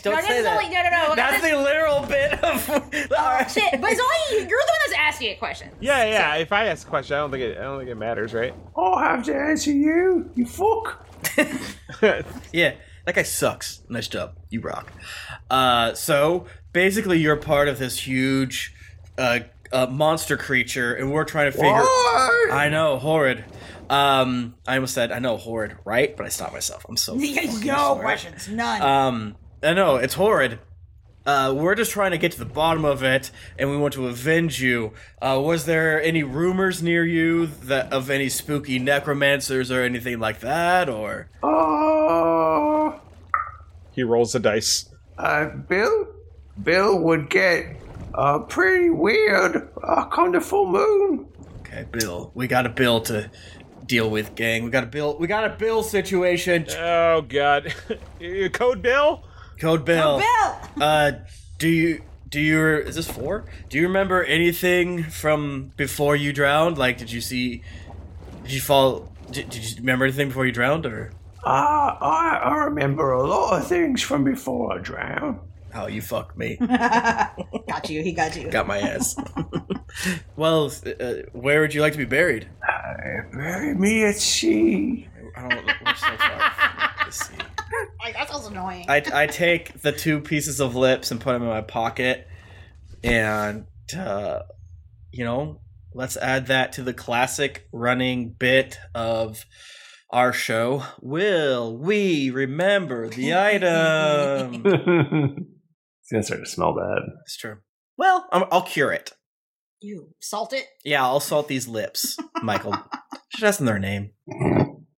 Don't no, that's only no, no, no. That's the literal bit of. Oh, shit, but it's only you're the one that's asking a question. Yeah, yeah. If I ask a question, I don't think it. I don't think it matters, right? I'll have to answer you, you fuck. Yeah, that guy sucks. Nice job, you rock. Uh, so basically, you're part of this huge uh, uh, monster creature, and we're trying to figure. What? I know, horrid. Um, I almost said I know horrid, right? But I stopped myself. I'm so no questions, none. Um, I know it's horrid. Uh, we're just trying to get to the bottom of it, and we want to avenge you. Uh, was there any rumors near you that of any spooky necromancers or anything like that? Or Oh, He rolls the dice. uh, Bill, Bill would get uh, pretty weird uh, come the full moon. okay, Bill, we got a bill to deal with, gang. We got a bill. We got a bill situation. Oh god. Code Bill. Code bill. Bill. Uh, do you? Do you is this four? Do you remember anything from before you drowned? Like, did you see? Did you fall? Did, did you remember anything before you drowned, or? Ah, I, I remember a lot of things from before I drowned. Oh, you fucked me. Got you. He got you. Got my ass. well, uh, where would you like to be buried? Bury me at sea. I don't know. We're so far. from the sea. like that sounds annoying. I, I take the two pieces of lips and put them in my pocket, and uh, you know, let's add that to the classic running bit of our show. Will we remember the item? it's gonna start to smell bad. it's true. Well, I'm, I'll cure it. you salt it. Yeah, I'll salt these lips, Michael. Should ask them their name.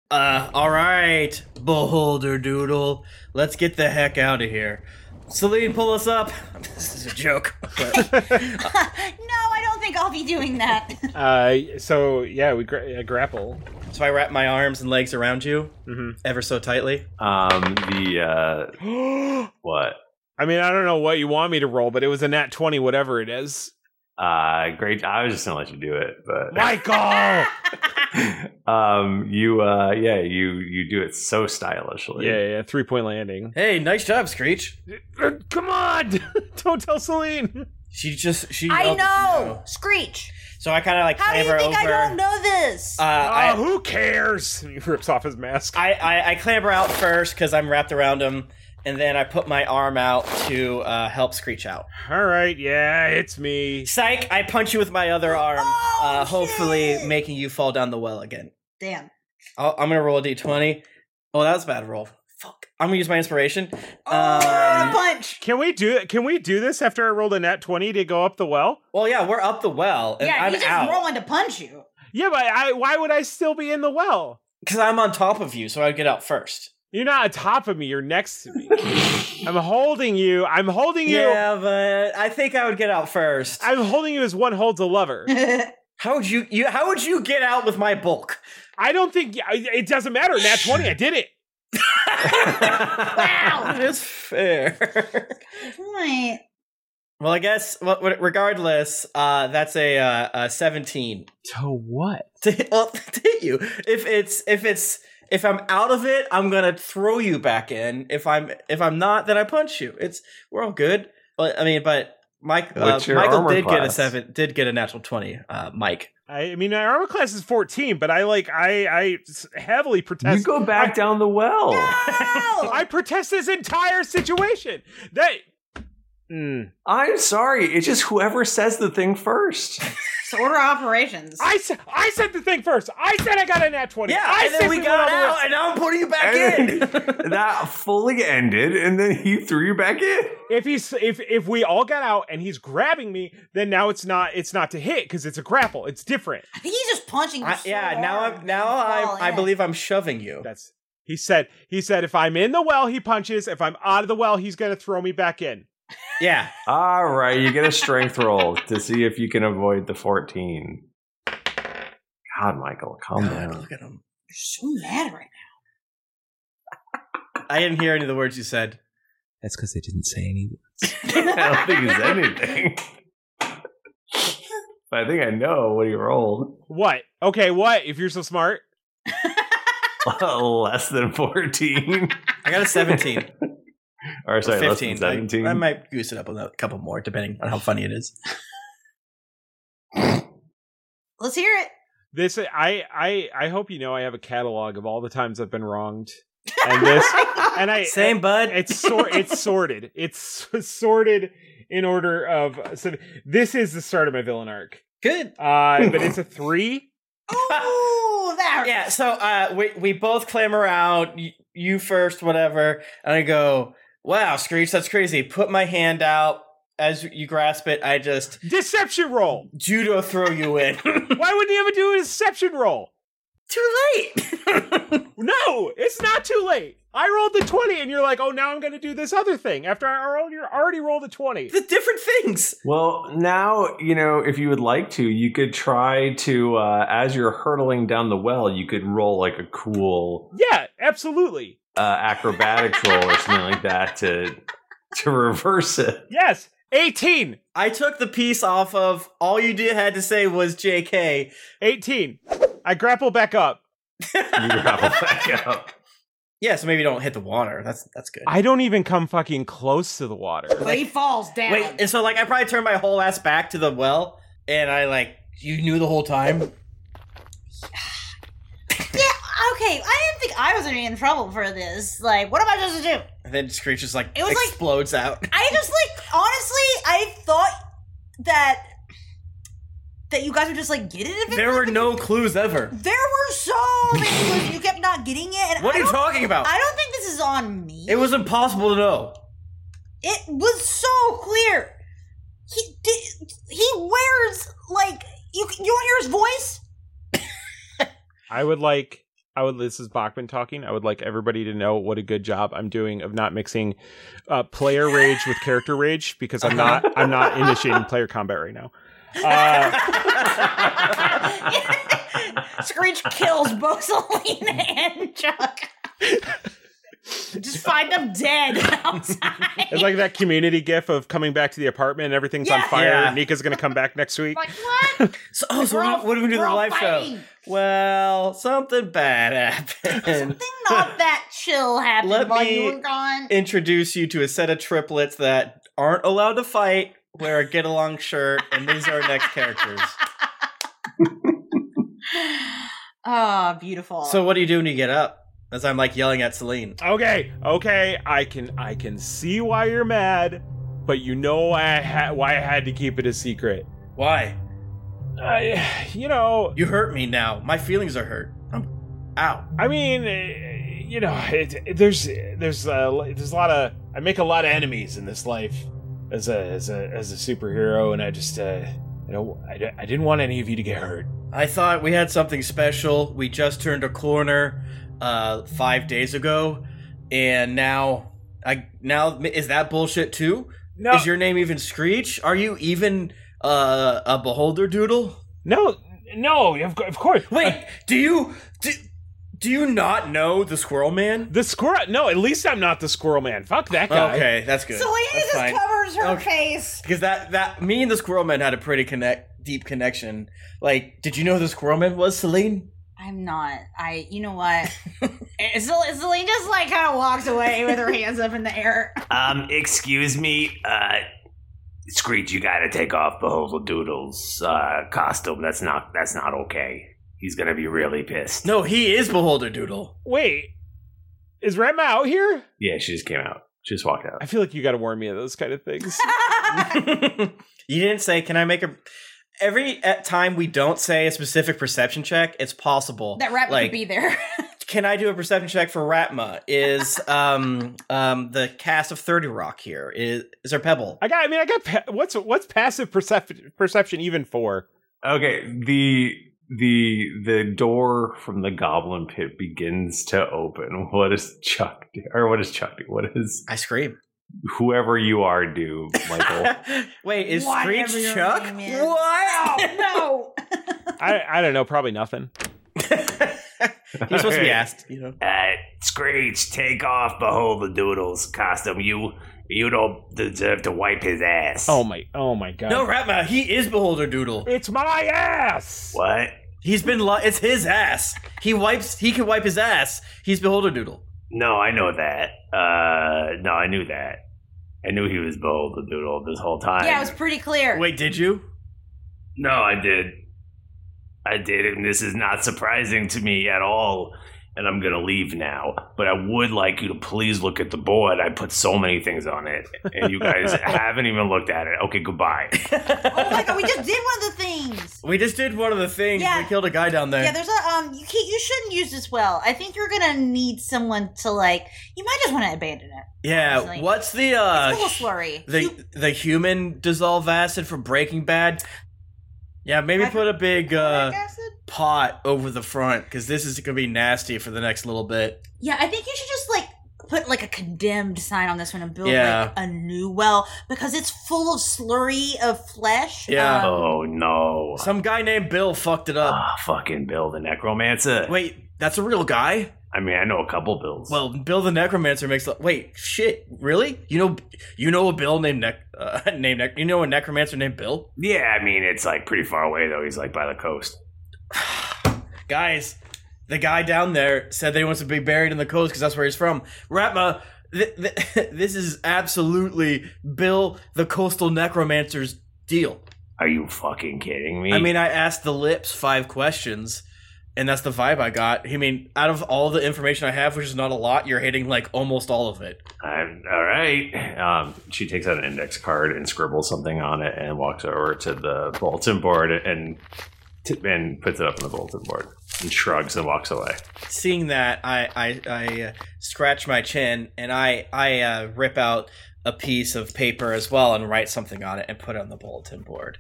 Uh, all right, beholder doodle. Let's get the heck out of here. Celine, pull us up. This is a joke. but- no, I don't think I'll be doing that. Uh, so yeah, we gra- uh, grapple. so I wrap my arms and legs around you ever so tightly. Um, the uh, what? I mean, I don't know what you want me to roll, but it was a nat twenty, whatever it is. Uh, great. I was just gonna let you do it, but Michael. um, you, uh, yeah, you you do it so stylishly. Yeah, yeah, three point landing. Hey, nice job, Screech. Come on, don't tell Celine. She just she. I yelled at you, know. Screech. So I kind of like How do you clamber think I over. don't know this? Uh, I, Oh, who cares? And he rips off his mask. I, I, I clamber out first because I'm wrapped around him, and then I put my arm out to uh, help Screech out. All right, yeah, it's me. Psych! I punch you with my other arm, uh, hopefully Oh, shit. making you fall down the well again. Damn. I'll, I'm gonna roll a d20. Oh, that was a bad roll. Fuck! I'm gonna use my inspiration. Oh, we're in a Um, bunch. Can we do Can we do this after I rolled a nat twenty to go up the well? well, yeah, we're up the well, and Yeah, I'm he's just out rolling to punch you. Yeah, but I why would I still be in the well? because I'm on top of you, so I get out first. You're not atop of me. You're next to me. I'm holding you. I'm holding you. Yeah, but I think I would get out first. I'm holding you as one holds a lover. How would you, you? How would you get out with my bulk? I don't think I- it doesn't matter. Nat twenty. I did it. wow, it's fair. Right. Well, I guess well, w- regardless, uh, that's a, uh, a seventeen To what? to hit, well, to hit you. If it's if it's if I'm out of it, I'm gonna throw you back in. If I'm if I'm not, then I punch you. It's we're all good. But I mean, but Mike uh, What's your Michael armor did get a class? seven, did get a natural twenty. Uh, Mike, I, I mean, my armor class is fourteen, but I like I I s- heavily protest. You go back down the well. I protest this entire situation. That. Hmm. Mm. I'm sorry. It's just whoever says the thing first. So order of operations. I said I said the thing first. I said I got a nat twenty. yeah, I and said then we were got on the- out, and now I'm putting you back in. And that fully ended, and then he threw you back in. If he's if if we all got out and he's grabbing me, then now it's not it's not to hit because it's a grapple. It's different. I think he's just punching you. I, so yeah, now hard I'm now you fall I I in. believe I'm shoving you. That's he said. He said if I'm in the well, he punches. If I'm out of the well, he's gonna throw me back in. Yeah, All right, you get a strength roll to see if you can avoid the 14. God, Michael, calm God, down. look at him. You're so mad right I didn't hear any of the words you said. That's because they didn't say any. I don't think it's anything. but I think I know what he rolled. What? Okay, what? If you're so smart, less than 14. I got a 17. or or sorry, less than 15. 17. I, I might goose it up a couple more, depending on how funny it is. now. Let's hear it. this I I I hope you know I have a catalog of all the times I've been wronged, and this and I Same, bud. it's sort it's sorted. It's sorted in order of so this is the start of my villain arc. Good. Uh, but it's a three. Ooh, that Yeah, so uh, we, we both clamor out, y- you first, whatever. And I go, wow, Screech, that's crazy. Put my hand out. As you grasp it, I just Deception roll. judo throw you in. Why wouldn't he ever do a deception roll? Too late. No, it's not too late. I rolled the 20 and you're like, oh, now I'm going to do this other thing after I rolled, you already rolled a 20. the different things. Well, now, you know, if you would like to, you could try to, uh, as you're hurtling down the well, you could roll like a cool Yeah, absolutely. uh, acrobatics roll or something like that to to reverse it. Yes, 18. I took the piece off of all you did had to say was JK. 18. I grapple back up. You gravel back up. Yeah, so maybe don't hit the water. That's that's good. I don't even come fucking close to the water. But he falls down. Wait, and so like I probably turned my whole ass back to the well, and I like you knew the whole time. yeah, okay. I didn't think I was gonna be in trouble for this. Like, what am I supposed to do? And then Screech just like It was like- explodes out. I just like honestly, I thought that that you guys would just like get it. If it There were no clues ever. there were so many clues. You kept not getting it. And What I are you don't- talking about? I don't think this is on me. It was impossible to know. It was so clear. He did. He wears like you. You don't hear his voice. I would like, I would, this is Bachman talking. I would like everybody to know what a good job I'm doing of not mixing uh, player rage with character rage because I'm not, I'm not initiating player combat right now. Uh, Screech kills both Selena and Chuck. Just find them dead outside. It's like that community gif of coming back to the apartment and everything's on Yeah. fire. Yeah. Nika's gonna come back next week. So, oh, so what, what do we do we're with the all live show? fighting. Well, something bad happened. Not that chill happened Let while me- you were gone. Introduce you to a set of triplets that aren't allowed to fight. Wear a get along shirt, and these are our next characters. oh, beautiful. So, what do you do when you get up? As I'm like yelling at Celine. Okay, okay, I can I can see why you're mad, but you know I ha- why I had to keep it a secret. Why? I, you know, You hurt me now. My feelings are hurt. I'm out. I mean, eh, you know, it, it- there's there's a, there's a lot of I make a lot of enemies in this life as a as a as a superhero, and I just uh, you know I, I didn't want any of you to get hurt. I thought we had something special. We just turned a corner uh, five days ago, and now I now is that bullshit too? No, Is your name even Screech? Are you even uh, a beholder doodle? no, no, of, cou- of course. Wait, do you do, do you not know the Squirrel Man? The squirrel? No, at least I'm not the squirrel man. Fuck that guy. Okay, that's good. Selena That's just fine. covers her Okay. face. because that that me and the Squirrel Man had a pretty connect deep connection. Like, did you know who the Squirrel Man was Celine? I'm not. I. You know what? Celine just like kind of walks away with her hands up in the air. Um, excuse me, uh, Screech, you gotta take off Beholdle Doodle's uh, costume. That's not that's not okay. He's gonna be really pissed. No, he is Beholder Doodle. Wait, is Rema out here? Yeah, she just came out. She just walked out. I feel like you got to warn me of those kind of things. you didn't say. Can I make a? Every at time we don't say a specific perception check, it's possible That rap like, could be there. Can I do a perception check for Ratma? Is um um the cast of Thirty Rock here? Is is there Pebble? I got. I mean, I got. Pa- what's what's passive perception perception even for? Okay, the the the door from the goblin pit begins to open. What does Chuck do? Or what does Chuck do? What does I scream. whoever you are do, Michael? Wait, is Whatever Screech your Chuck? name is. Wow. no. I I don't know. Probably nothing. You're supposed to be asked. You know. Uh, Screech, take off Beholdle Doodle's costume. You you don't deserve to wipe his ass. Oh my. Oh my god. No, Ratma. He is Beholder Doodle. It's my ass. what? He's been. Li- it's his ass. He wipes. He can wipe his ass. He's Beholder Doodle. No, I know that. Uh, no, I knew that. I knew he was Beholdle Doodle this whole time. Yeah, it was pretty clear. Wait, did you? No, I did. I did, and this is not surprising to me at all. And I'm gonna leave now, but I would like you to please look at the board. I put so many things on it, and you guys haven't even looked at it. Okay, goodbye. Oh my god, we just did one of the things. We just did one of the things. Yeah. We killed a guy down there. Yeah, there's a um. You can't. You shouldn't use this well. I think you're gonna need someone to like. You might just want to abandon it. Yeah, Honestly. What's the uh? It's a little sh- slurry. You- the the human dissolve acid from Breaking Bad. Yeah, maybe Hydro- put a big uh, Hydrochloric acid? pot over the front because this is gonna be nasty for the next little bit. Yeah, I think you should just like put like a condemned sign on this one and build Yeah. like a new well because it's full of slurry of flesh. Yeah. Um, Oh no! Some guy named Bill fucked it up. Ah, fucking Bill the Necromancer. Wait, that's a real guy? I mean, I know a couple Bills. Well, Bill the Necromancer makes. a- Wait, shit, really? You know, you know a Bill named Nec, uh, named Nec- you know a necromancer named Bill? yeah, I mean, it's like pretty far away though. He's like by the coast. Guys, the guy down there said that he wants to be buried in the coast because that's where he's from. Ratma, th- th- this is absolutely Bill the Coastal Necromancer's deal. Are you fucking kidding me? I mean, I asked the lips five questions, and that's the vibe I got. I mean, out of all the information I have, which is not a lot, you're hitting like almost all of it. I'm, all right. Um, she takes out an index card and scribbles something on it, and walks over to the bulletin board and t- and puts it up on the bulletin board and shrugs and walks away. Seeing that, I I, I uh, scratch my chin and I I uh, rip out a piece of paper as well and write something on it and put it on the bulletin board.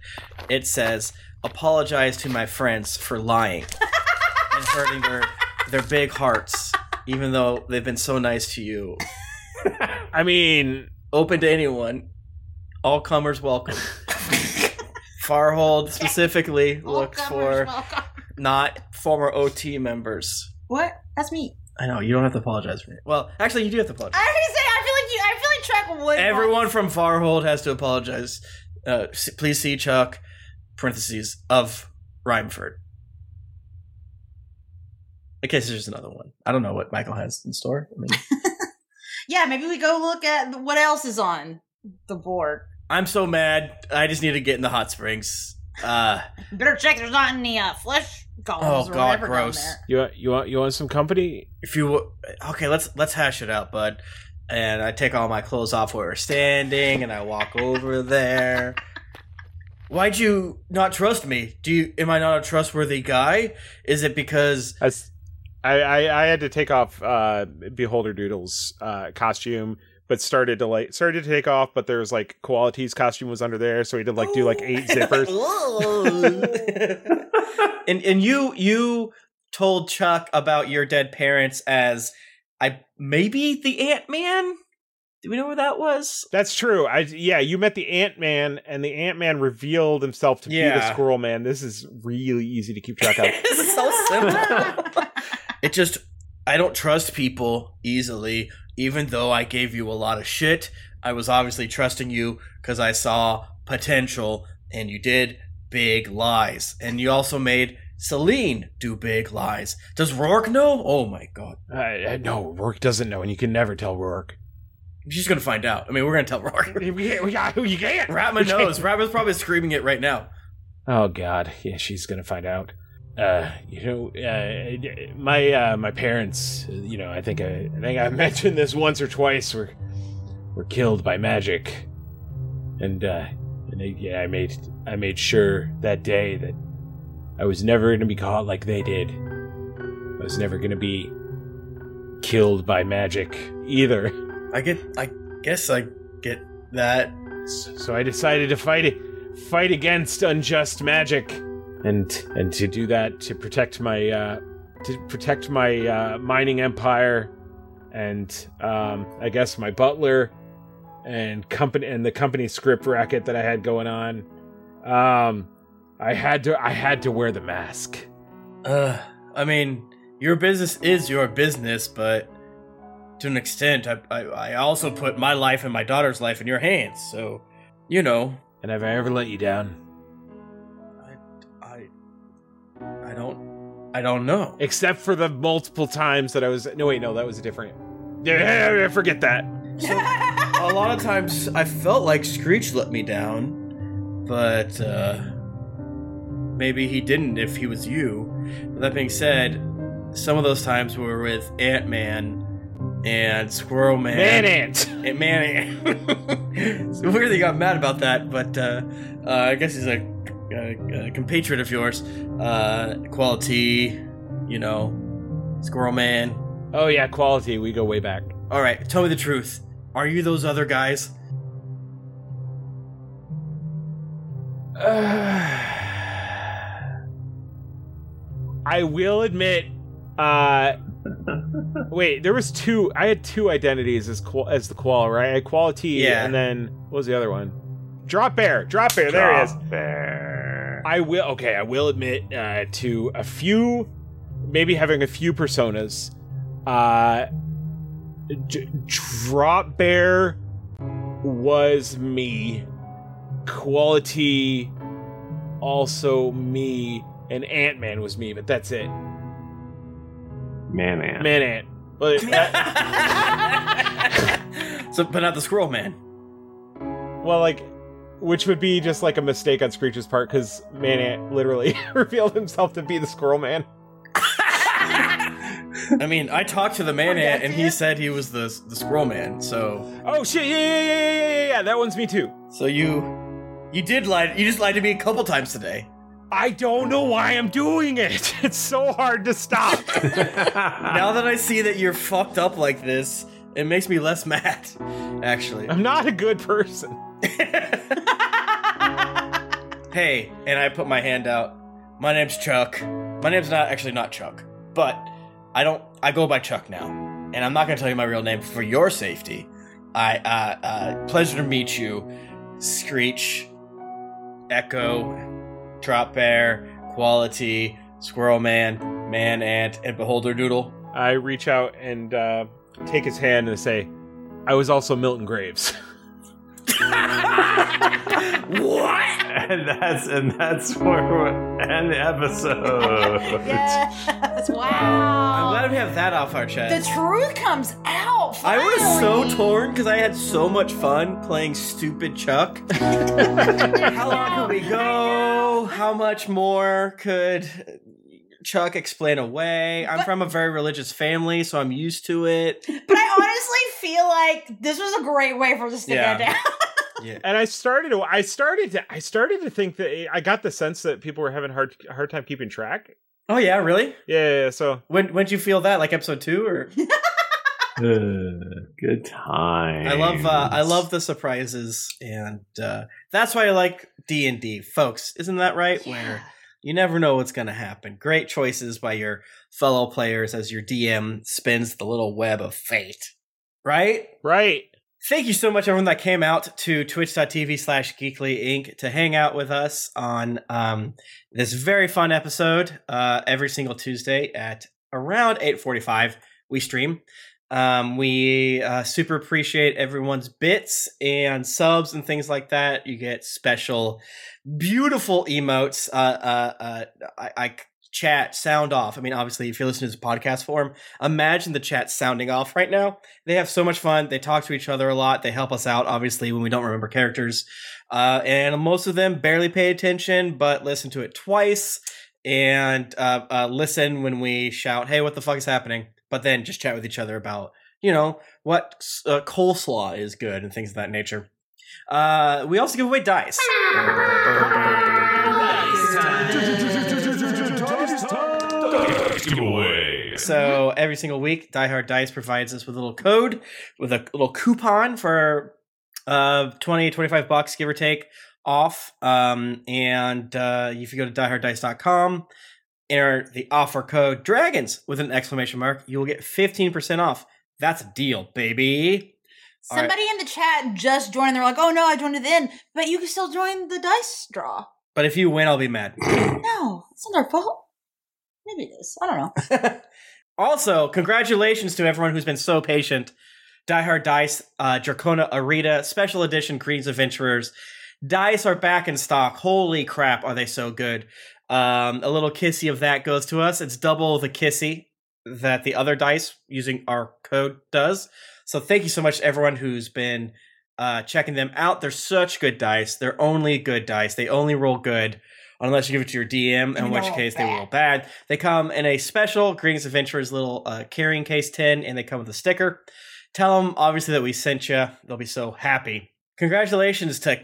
It says, "Apologize to my friends for lying and hurting their their big hearts, even though they've been so nice to you. I mean, Open to anyone, all comers welcome." Farhold specifically all looks for comers welcome. not former OT members. What? That's me. I know you don't have to apologize for me. Well, actually, you do have to apologize. I was gonna say, I feel like you, I feel like Chuck would. Everyone from Farhold has to apologize. Uh, s- please see Chuck, parentheses, of Rhymeford. In case there's another one. I don't know what Michael has in store. I mean, Yeah, maybe we go look at what else is on the board. I'm so mad. I just need to get in the hot springs. Uh, Better check there's not any uh, flesh Oh, golems or whatever down there. You want you want you want some company? If you okay, let's let's hash it out, bud. And I take all my clothes off where we're standing, and I walk over there. Why'd you not trust me? Do you? Am I not a trustworthy guy? Is it because I, I I had to take off uh Beholder Doodle's uh costume, but started to like started to take off, but there was like Quality's costume was under there, so he did like do like eight zippers. and and you you told Chuck about your dead parents as I maybe the Ant Man. Do we know where that was? That's true. I yeah, you met the Ant Man, and the Ant Man revealed himself to be the Yeah. Squirrel Man. This is really easy to keep track of. this is so simple. it just I don't trust people easily. Even though I gave you a lot of shit, I was obviously trusting you because I saw potential, and you did big lies, and you also made Celine do big lies. Does Rourke know? Oh my god, Uh, no, Rourke doesn't know, and you can never tell Rourke. she's gonna find out. I mean, we're gonna tell Rourke. we, you can't. Ratma knows. Ratma's probably screaming it right now. Oh God, yeah, she's gonna find out. Uh, you know, uh, my uh, my parents. uh, You know, I think I, I think I mentioned this once or twice. Were were killed by magic, and uh, and I, yeah, I made I made sure that day that I was never gonna be caught like they did. I was never gonna be killed by magic either. I get. I guess I get that. So I decided to fight it, fight against unjust magic, and and to do that to protect my uh, to protect my uh, mining empire, and um, I guess my butler, and company and the company script racket that I had going on. Um, I had to I had to wear the mask. Uh, I mean, your business is your business, but to an extent, I, I, I also put my life and my daughter's life in your hands, so, you know. And have I ever let you down? I, I don't, I don't know. Except for the multiple times that I was no wait no that was a different. Yeah, forget that. A lot of times I felt like Screech let me down, but, uh, maybe he didn't if he was you. But that being said, some of those times were with Ant Man and Squirrel Man. Man ant. And Man Ant. So weird that he got mad about that, but uh, uh, I guess he's a, a, a compatriot of yours. Uh, quality, you know, Squirrel Man. Oh yeah, quality. We go way back. All right, tell me the truth. Are you those other guys? I will admit, uh, wait, there was two. I had two identities as qual- as the qual, right? I had quality, Yeah. and then what was the other one? Drop bear, drop bear. there it is. I will. Okay, I will admit uh, to a few, maybe having a few personas. Uh, d- drop bear was me. Quality also me, and Ant Man was me, but that's it. Man, man. Man Ant. But uh, that- So, but not the Squirrel Man. well, like, which would be just like a mistake on Screech's part because Man Ant literally revealed himself to be the Squirrel Man. I mean, I talked to the Man Ant, and he said he was the the Squirrel Man. So, Oh shit! Yeah, yeah, yeah, yeah, yeah, yeah, yeah. That one's me too. so you, you did lie. You just lied to me a couple times today. I don't know why I'm doing it. It's so hard to stop. now that I see that you're fucked up like this, it makes me less mad. Actually, I'm not a good person. hey, and I put my hand out. My name's Chuck. My name's not actually not Chuck, but I don't. I go by Chuck now, and I'm not gonna tell you my real name for your safety. I uh, uh pleasure to meet you, Screech, Echo, Drop Bear, Quality, Squirrel Man, Man Ant, and Beholder Doodle. I reach out and uh, take his hand and say, I was also Milton Graves. what? And that's and that's where we end the episode. Yes. Wow. I'm glad we have that off our chest. The truth comes out. I Finally. was so torn because I had so much fun playing stupid Chuck. How long could we go? How much more could Chuck explain away? I'm from a very religious family, so I'm used to it. But I honestly feel like this was a great way for this to Yeah. go down. And I started to, I started to, I started to think that I got the sense that people were having a hard hard time keeping track. Oh yeah, really? Yeah. yeah, yeah so when when did you feel that? Like episode two, or good time. I love uh, I love the surprises, and uh, that's why I like D and D, folks. Isn't that right? Where you never know what's going to happen. Great choices by your fellow players as your DM spins the little web of fate. Right. Right. Thank you so much, everyone that came out to twitch.tv slash geekly inc to hang out with us on um, this very fun episode uh, every single Tuesday at around 8.45 we stream. Um, we uh, super appreciate everyone's bits and subs and things like that. You get special, beautiful emotes. Uh, uh, uh, I, I chat sound off. I mean, obviously, if you're listening to this podcast form, imagine the chat sounding off right now. They have so much fun. They talk to each other a lot. They help us out, obviously, when we don't remember characters. Uh, and most of them barely pay attention, but listen to it twice and uh, uh, listen when we shout, "Hey, what the fuck is happening?" But then just chat with each other about, you know, what uh, coleslaw is good and things of that nature. Uh, we also give away dice. So every single week, Die Hard Dice provides us with a little code, with a little coupon for uh 20 25 bucks give or take off um and uh if you go to dieharddice.com enter the offer code dragons with an exclamation mark you will get 15% off that's a deal baby All right. Somebody in the chat just joined. They're like, "Oh no, I joined it in," but you can still join the dice draw. but if you win i'll be mad No, it's not their fault. Maybe it is. I don't know. Also, congratulations to everyone who's been so patient. Die Hard Dice, uh, Dracona Arita, Special Edition Greens Adventurers. Dice are back in stock. Holy crap, are they so good? Um, a little kissy of that goes to us. It's double the kissy that the other dice using our code does. So thank you so much to everyone who's been uh, checking them out. They're such good dice. They're only good dice. They only roll good unless you give it to your DM, in And which they're all case they bad. roll bad. They come in a special Greetings Adventures little uh, carrying case tin, and they come with a sticker. Tell them obviously that we sent you. They'll be so happy. Congratulations to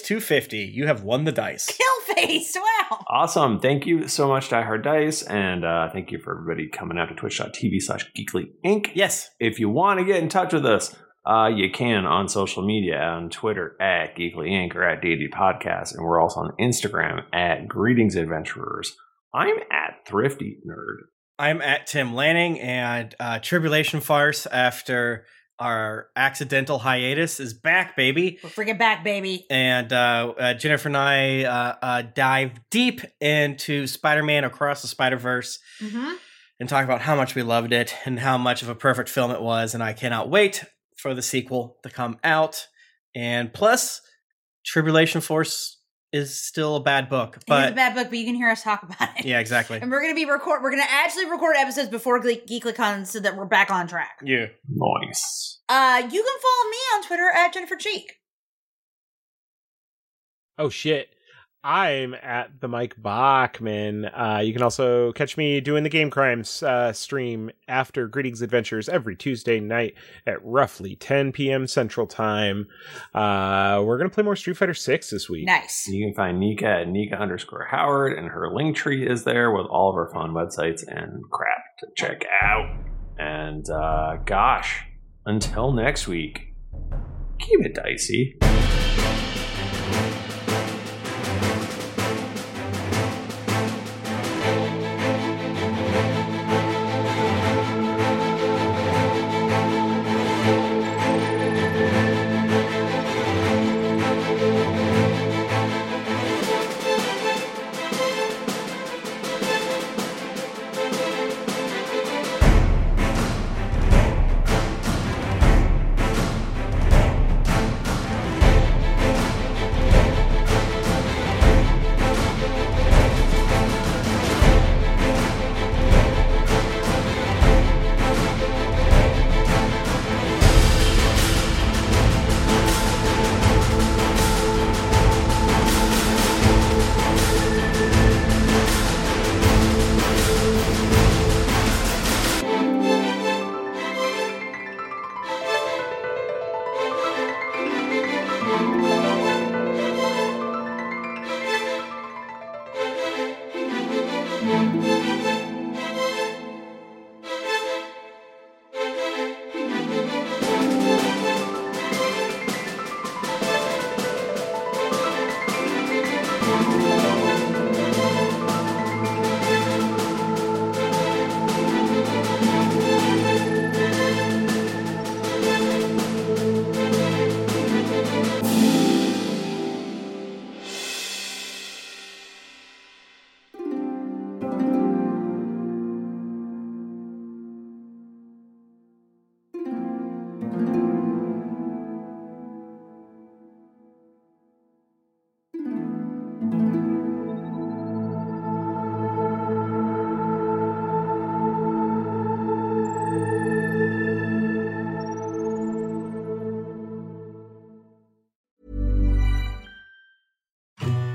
Killface250. You have won the dice. Kill face. Wow. Awesome. Thank you so much, Die Hard Dice. And uh, thank you for everybody coming out to twitch.tv slash geekly inc. Yes. If you want to get in touch with us, uh, you can on social media on Twitter at geekly inc or at D&D podcast. And we're also on Instagram at greetings adventurers. I'm at thrifty nerd. I'm at Tim Lanning, and uh, Tribulation Farce after our accidental hiatus is back, baby. We're freaking back, baby. And uh, uh, Jennifer and I uh, uh, dive deep into Spider Man Across the Spider Verse Mm-hmm. and talk about how much we loved it and how much of a perfect film it was. And I cannot wait for the sequel to come out. And plus, Tribulation Force is still a bad book, it is a but bad book, but you can hear us talk about it. yeah, exactly. And we're gonna be record. We're gonna actually record episodes before Geek- GeeklyCon so that we're back on track. Yeah. Nice. Uh, you can follow me on Twitter at Jennifer Cheek. Oh shit. I'm at the Mike Bachman. Uh, you can also catch me doing the Game Crimes uh, stream after Greetings Adventures every Tuesday night at roughly 10 p.m. Central Time. Uh, we're gonna play more Street Fighter Six this week. Nice. You can find Nika at Nika underscore Howard, and her link tree is there with all of her fun websites and crap to check out. And uh, gosh, until next week, keep it dicey.